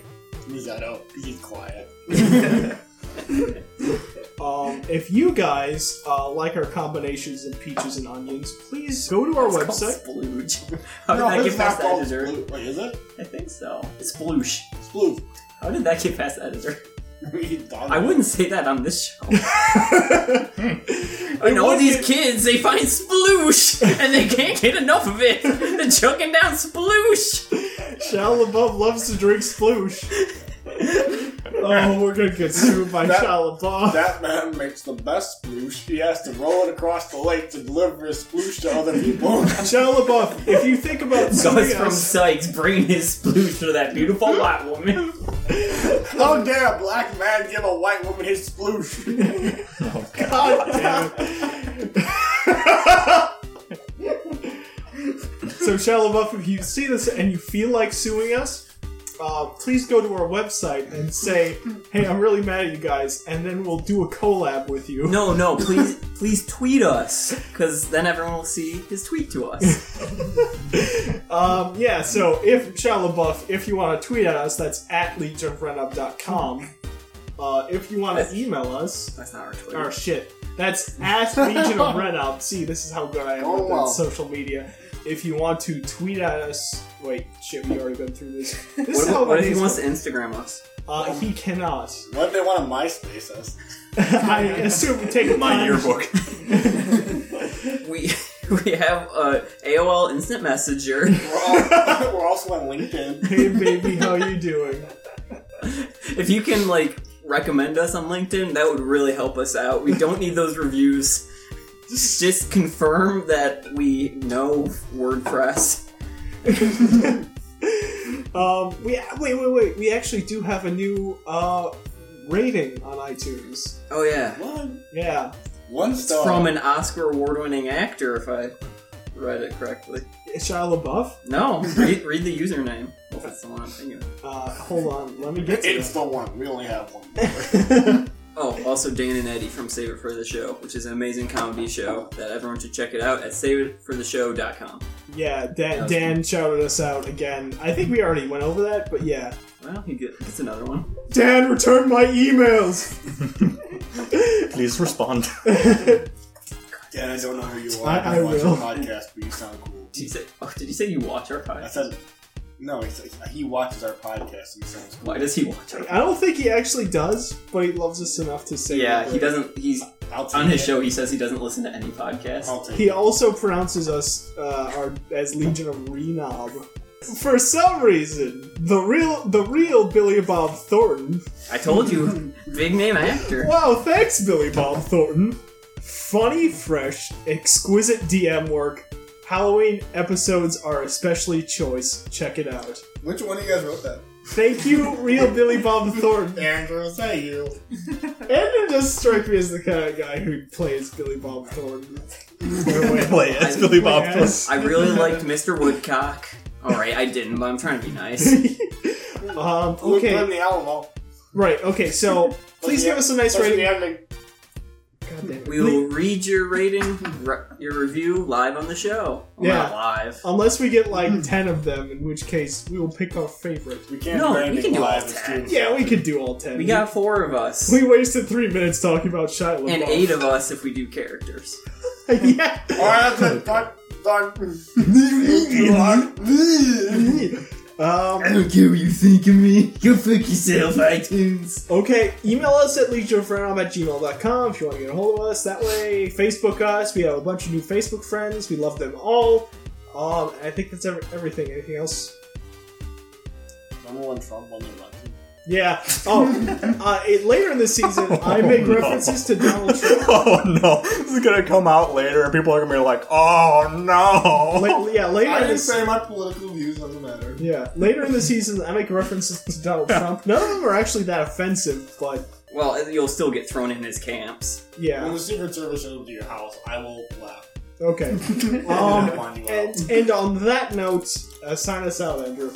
Speaker 12: Mizetto. He's quiet.
Speaker 10: Um, if you guys uh, like our combinations of peaches and onions, please go to our
Speaker 5: It's called
Speaker 10: website.
Speaker 5: Splooge. How did that
Speaker 12: it's
Speaker 5: get past the
Speaker 12: called
Speaker 5: editor?
Speaker 12: Sploof. Wait, is it?
Speaker 5: I think so. Sploosh.
Speaker 12: Sploof.
Speaker 5: How did that get past the editor?
Speaker 12: We done
Speaker 5: I
Speaker 12: it.
Speaker 5: wouldn't say that on this show. and all these kids, they find sploosh and they can't get enough of it. They're choking down sploosh.
Speaker 10: Shia LaBeouf loves to drink sploosh. oh, we're gonna get sued by
Speaker 12: That-
Speaker 10: Shia LaBeouf.
Speaker 12: That man makes the best sploosh. He has to roll it across the lake to deliver his sploosh to other people.
Speaker 10: Shia LaBeouf, if you think about something
Speaker 5: Goes from
Speaker 10: else, Hmm?
Speaker 5: Sykes bringing his sploosh to that beautiful white woman.
Speaker 12: How dare a black man give a white woman his sploosh?
Speaker 10: God damn it. so Shia LaBeouf, if you see this and you feel like suing us, uh, please go to our website and say, "Hey, I'm really mad at you guys," and then we'll do a collab with you.
Speaker 5: No, no, please, please tweet us, because then everyone will see his tweet to us.
Speaker 10: Um, yeah. So if Shia LaBeouf, if you want to tweet at us, that's at legionofrenup.com. Uh, if you want to email us,
Speaker 5: That's not our Twitter.
Speaker 10: Oh shit. That's at Legion of Red Up. See, this is how good I am
Speaker 12: Oh,
Speaker 10: with
Speaker 12: wow.
Speaker 10: that social media. If you want to tweet at us, wait, shit, we already been through this. This is
Speaker 5: What,
Speaker 10: how
Speaker 5: if- what
Speaker 10: it
Speaker 5: if he
Speaker 10: is.
Speaker 5: wants to Instagram us?
Speaker 10: uh, he cannot.
Speaker 12: what if they want to MySpace us?
Speaker 10: I assume we take
Speaker 7: My
Speaker 10: time.
Speaker 7: yearbook.
Speaker 5: We we have uh, AOL Instant Messenger.
Speaker 12: We're, all, we're also on LinkedIn.
Speaker 10: Hey baby, how you doing?
Speaker 5: If you can like recommend us on LinkedIn, that would really help us out. We don't need those reviews. Just confirm that we know WordPress.
Speaker 10: Um, we wait, wait, wait. We actually do have a new uh rating on iTunes.
Speaker 5: Oh yeah,
Speaker 12: One,
Speaker 10: Yeah,
Speaker 12: one
Speaker 5: it's
Speaker 12: star.
Speaker 5: from an Oscar award-winning actor, if I read it correctly.
Speaker 10: Shia LaBeouf.
Speaker 5: No, read, read the username. If it's the one I'm thinking of.
Speaker 10: Uh, hold on, let me get to
Speaker 12: it's
Speaker 10: that.
Speaker 12: the one. We only have one.
Speaker 5: Oh, also Dan and Eddie from Save It For The Show, which is an amazing comedy show that everyone should check it out at saveitfortheshow.com.
Speaker 10: Yeah, Dan, Dan shouted us out again. I think we already went over that, but yeah.
Speaker 5: Well, he get- gets another one.
Speaker 10: Dan, return my emails.
Speaker 7: Please respond.
Speaker 12: Dan, I don't know who you are.
Speaker 10: I- I
Speaker 12: watch your
Speaker 10: will.
Speaker 12: podcast, but you sound cool.
Speaker 5: Did you say? Oh, did you say you watch our
Speaker 12: I
Speaker 5: podcast?
Speaker 12: said, no, he, said- he watches our podcast and he sounds cool.
Speaker 5: Why does he watch our?
Speaker 10: I don't think he actually does, but he loves us enough to say.
Speaker 5: Yeah,
Speaker 10: that.
Speaker 5: he doesn't. He's
Speaker 12: I'll take
Speaker 5: on his
Speaker 12: it.
Speaker 5: show. He says he doesn't listen to any podcast.
Speaker 12: I'll take
Speaker 10: He
Speaker 12: it.
Speaker 10: also pronounces us uh, our, as Legion of Renob. For some reason, the real the real Billy Bob Thornton.
Speaker 5: I told you, big name actor.
Speaker 10: Wow, thanks, Billy Bob Thornton. Funny, fresh, exquisite DM work. Halloween episodes are especially choice. Check it out.
Speaker 12: Which one of you guys wrote that?
Speaker 10: Thank you, real Billy Bob Thornton.
Speaker 12: Andrew, say you.
Speaker 10: Andrew does strike me as the kind of guy who plays Billy Bob Thornton.
Speaker 7: Play it. It's Billy Bob Thornton.
Speaker 10: Yes.
Speaker 5: I really liked Mr. Woodcock. All right, I didn't, but I'm trying to be nice.
Speaker 10: um,
Speaker 12: Okay. Put in
Speaker 10: okay,
Speaker 12: the Alamo.
Speaker 10: right, okay, so please give us a nice
Speaker 12: That's the
Speaker 10: rating.
Speaker 12: ending.
Speaker 10: God damn it.
Speaker 5: We will read your rating, re- your review live on the show. Well,
Speaker 10: Yeah.
Speaker 5: not live.
Speaker 10: Unless we get
Speaker 5: Hmm.
Speaker 10: like 10 of them, in which case we will pick our favorite.
Speaker 12: We can't
Speaker 5: No,
Speaker 12: do
Speaker 5: we can
Speaker 12: anything
Speaker 5: do
Speaker 12: live.
Speaker 5: all
Speaker 12: It's
Speaker 5: that.
Speaker 12: too-
Speaker 10: Yeah, we could do all 10.
Speaker 5: We got four of us
Speaker 10: We wasted three minutes talking about Shia LaBeouf.
Speaker 5: and eight of us if we do characters.
Speaker 10: yeah.
Speaker 12: All right, that's it. Done. Done.
Speaker 10: Um,
Speaker 5: don't care what you think of me. Go fuck yourself, iTunes.
Speaker 10: okay, email us at legionofrenom at gmail.com if you want to get a hold of us that way. Facebook us. We have a bunch of new Facebook friends. We love them all. Uh, Um, I think that's ev- everything. Anything else?
Speaker 4: Remember when Trump won the election?
Speaker 10: Yeah. Oh, uh, it, later in the season, I make
Speaker 7: no.
Speaker 10: references to Donald Trump.
Speaker 7: oh no, this is gonna come out later, and people are gonna be like, "Oh no."
Speaker 10: La- yeah, later.
Speaker 4: I
Speaker 10: in the
Speaker 4: didn't
Speaker 10: se-
Speaker 4: say my political views doesn't matter.
Speaker 10: Yeah, later in the season, I make references to Donald Trump. None of them are actually that offensive, but
Speaker 5: Well, you'll still get thrown in his camps.
Speaker 4: When
Speaker 10: yeah,
Speaker 4: the Secret Service shows up to your house, I will laugh.
Speaker 10: okay.
Speaker 4: I
Speaker 10: Um,
Speaker 4: find you out.
Speaker 10: and and on that note, uh, sign us out, Andrew.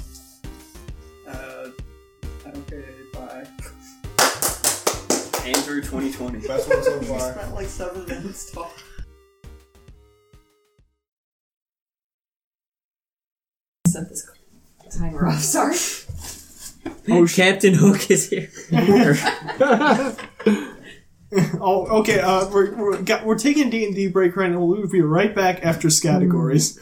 Speaker 14: Uh, okay, bye.
Speaker 5: Andrew 2020.
Speaker 4: Best one so far.
Speaker 14: Spent like seven minutes talking.
Speaker 15: Set this timer off. Sorry.
Speaker 5: Oh, Captain Hook is here.
Speaker 10: Oh, okay. Uh, we're we're, got, we're taking D and D break right now. We'll be right back after categories.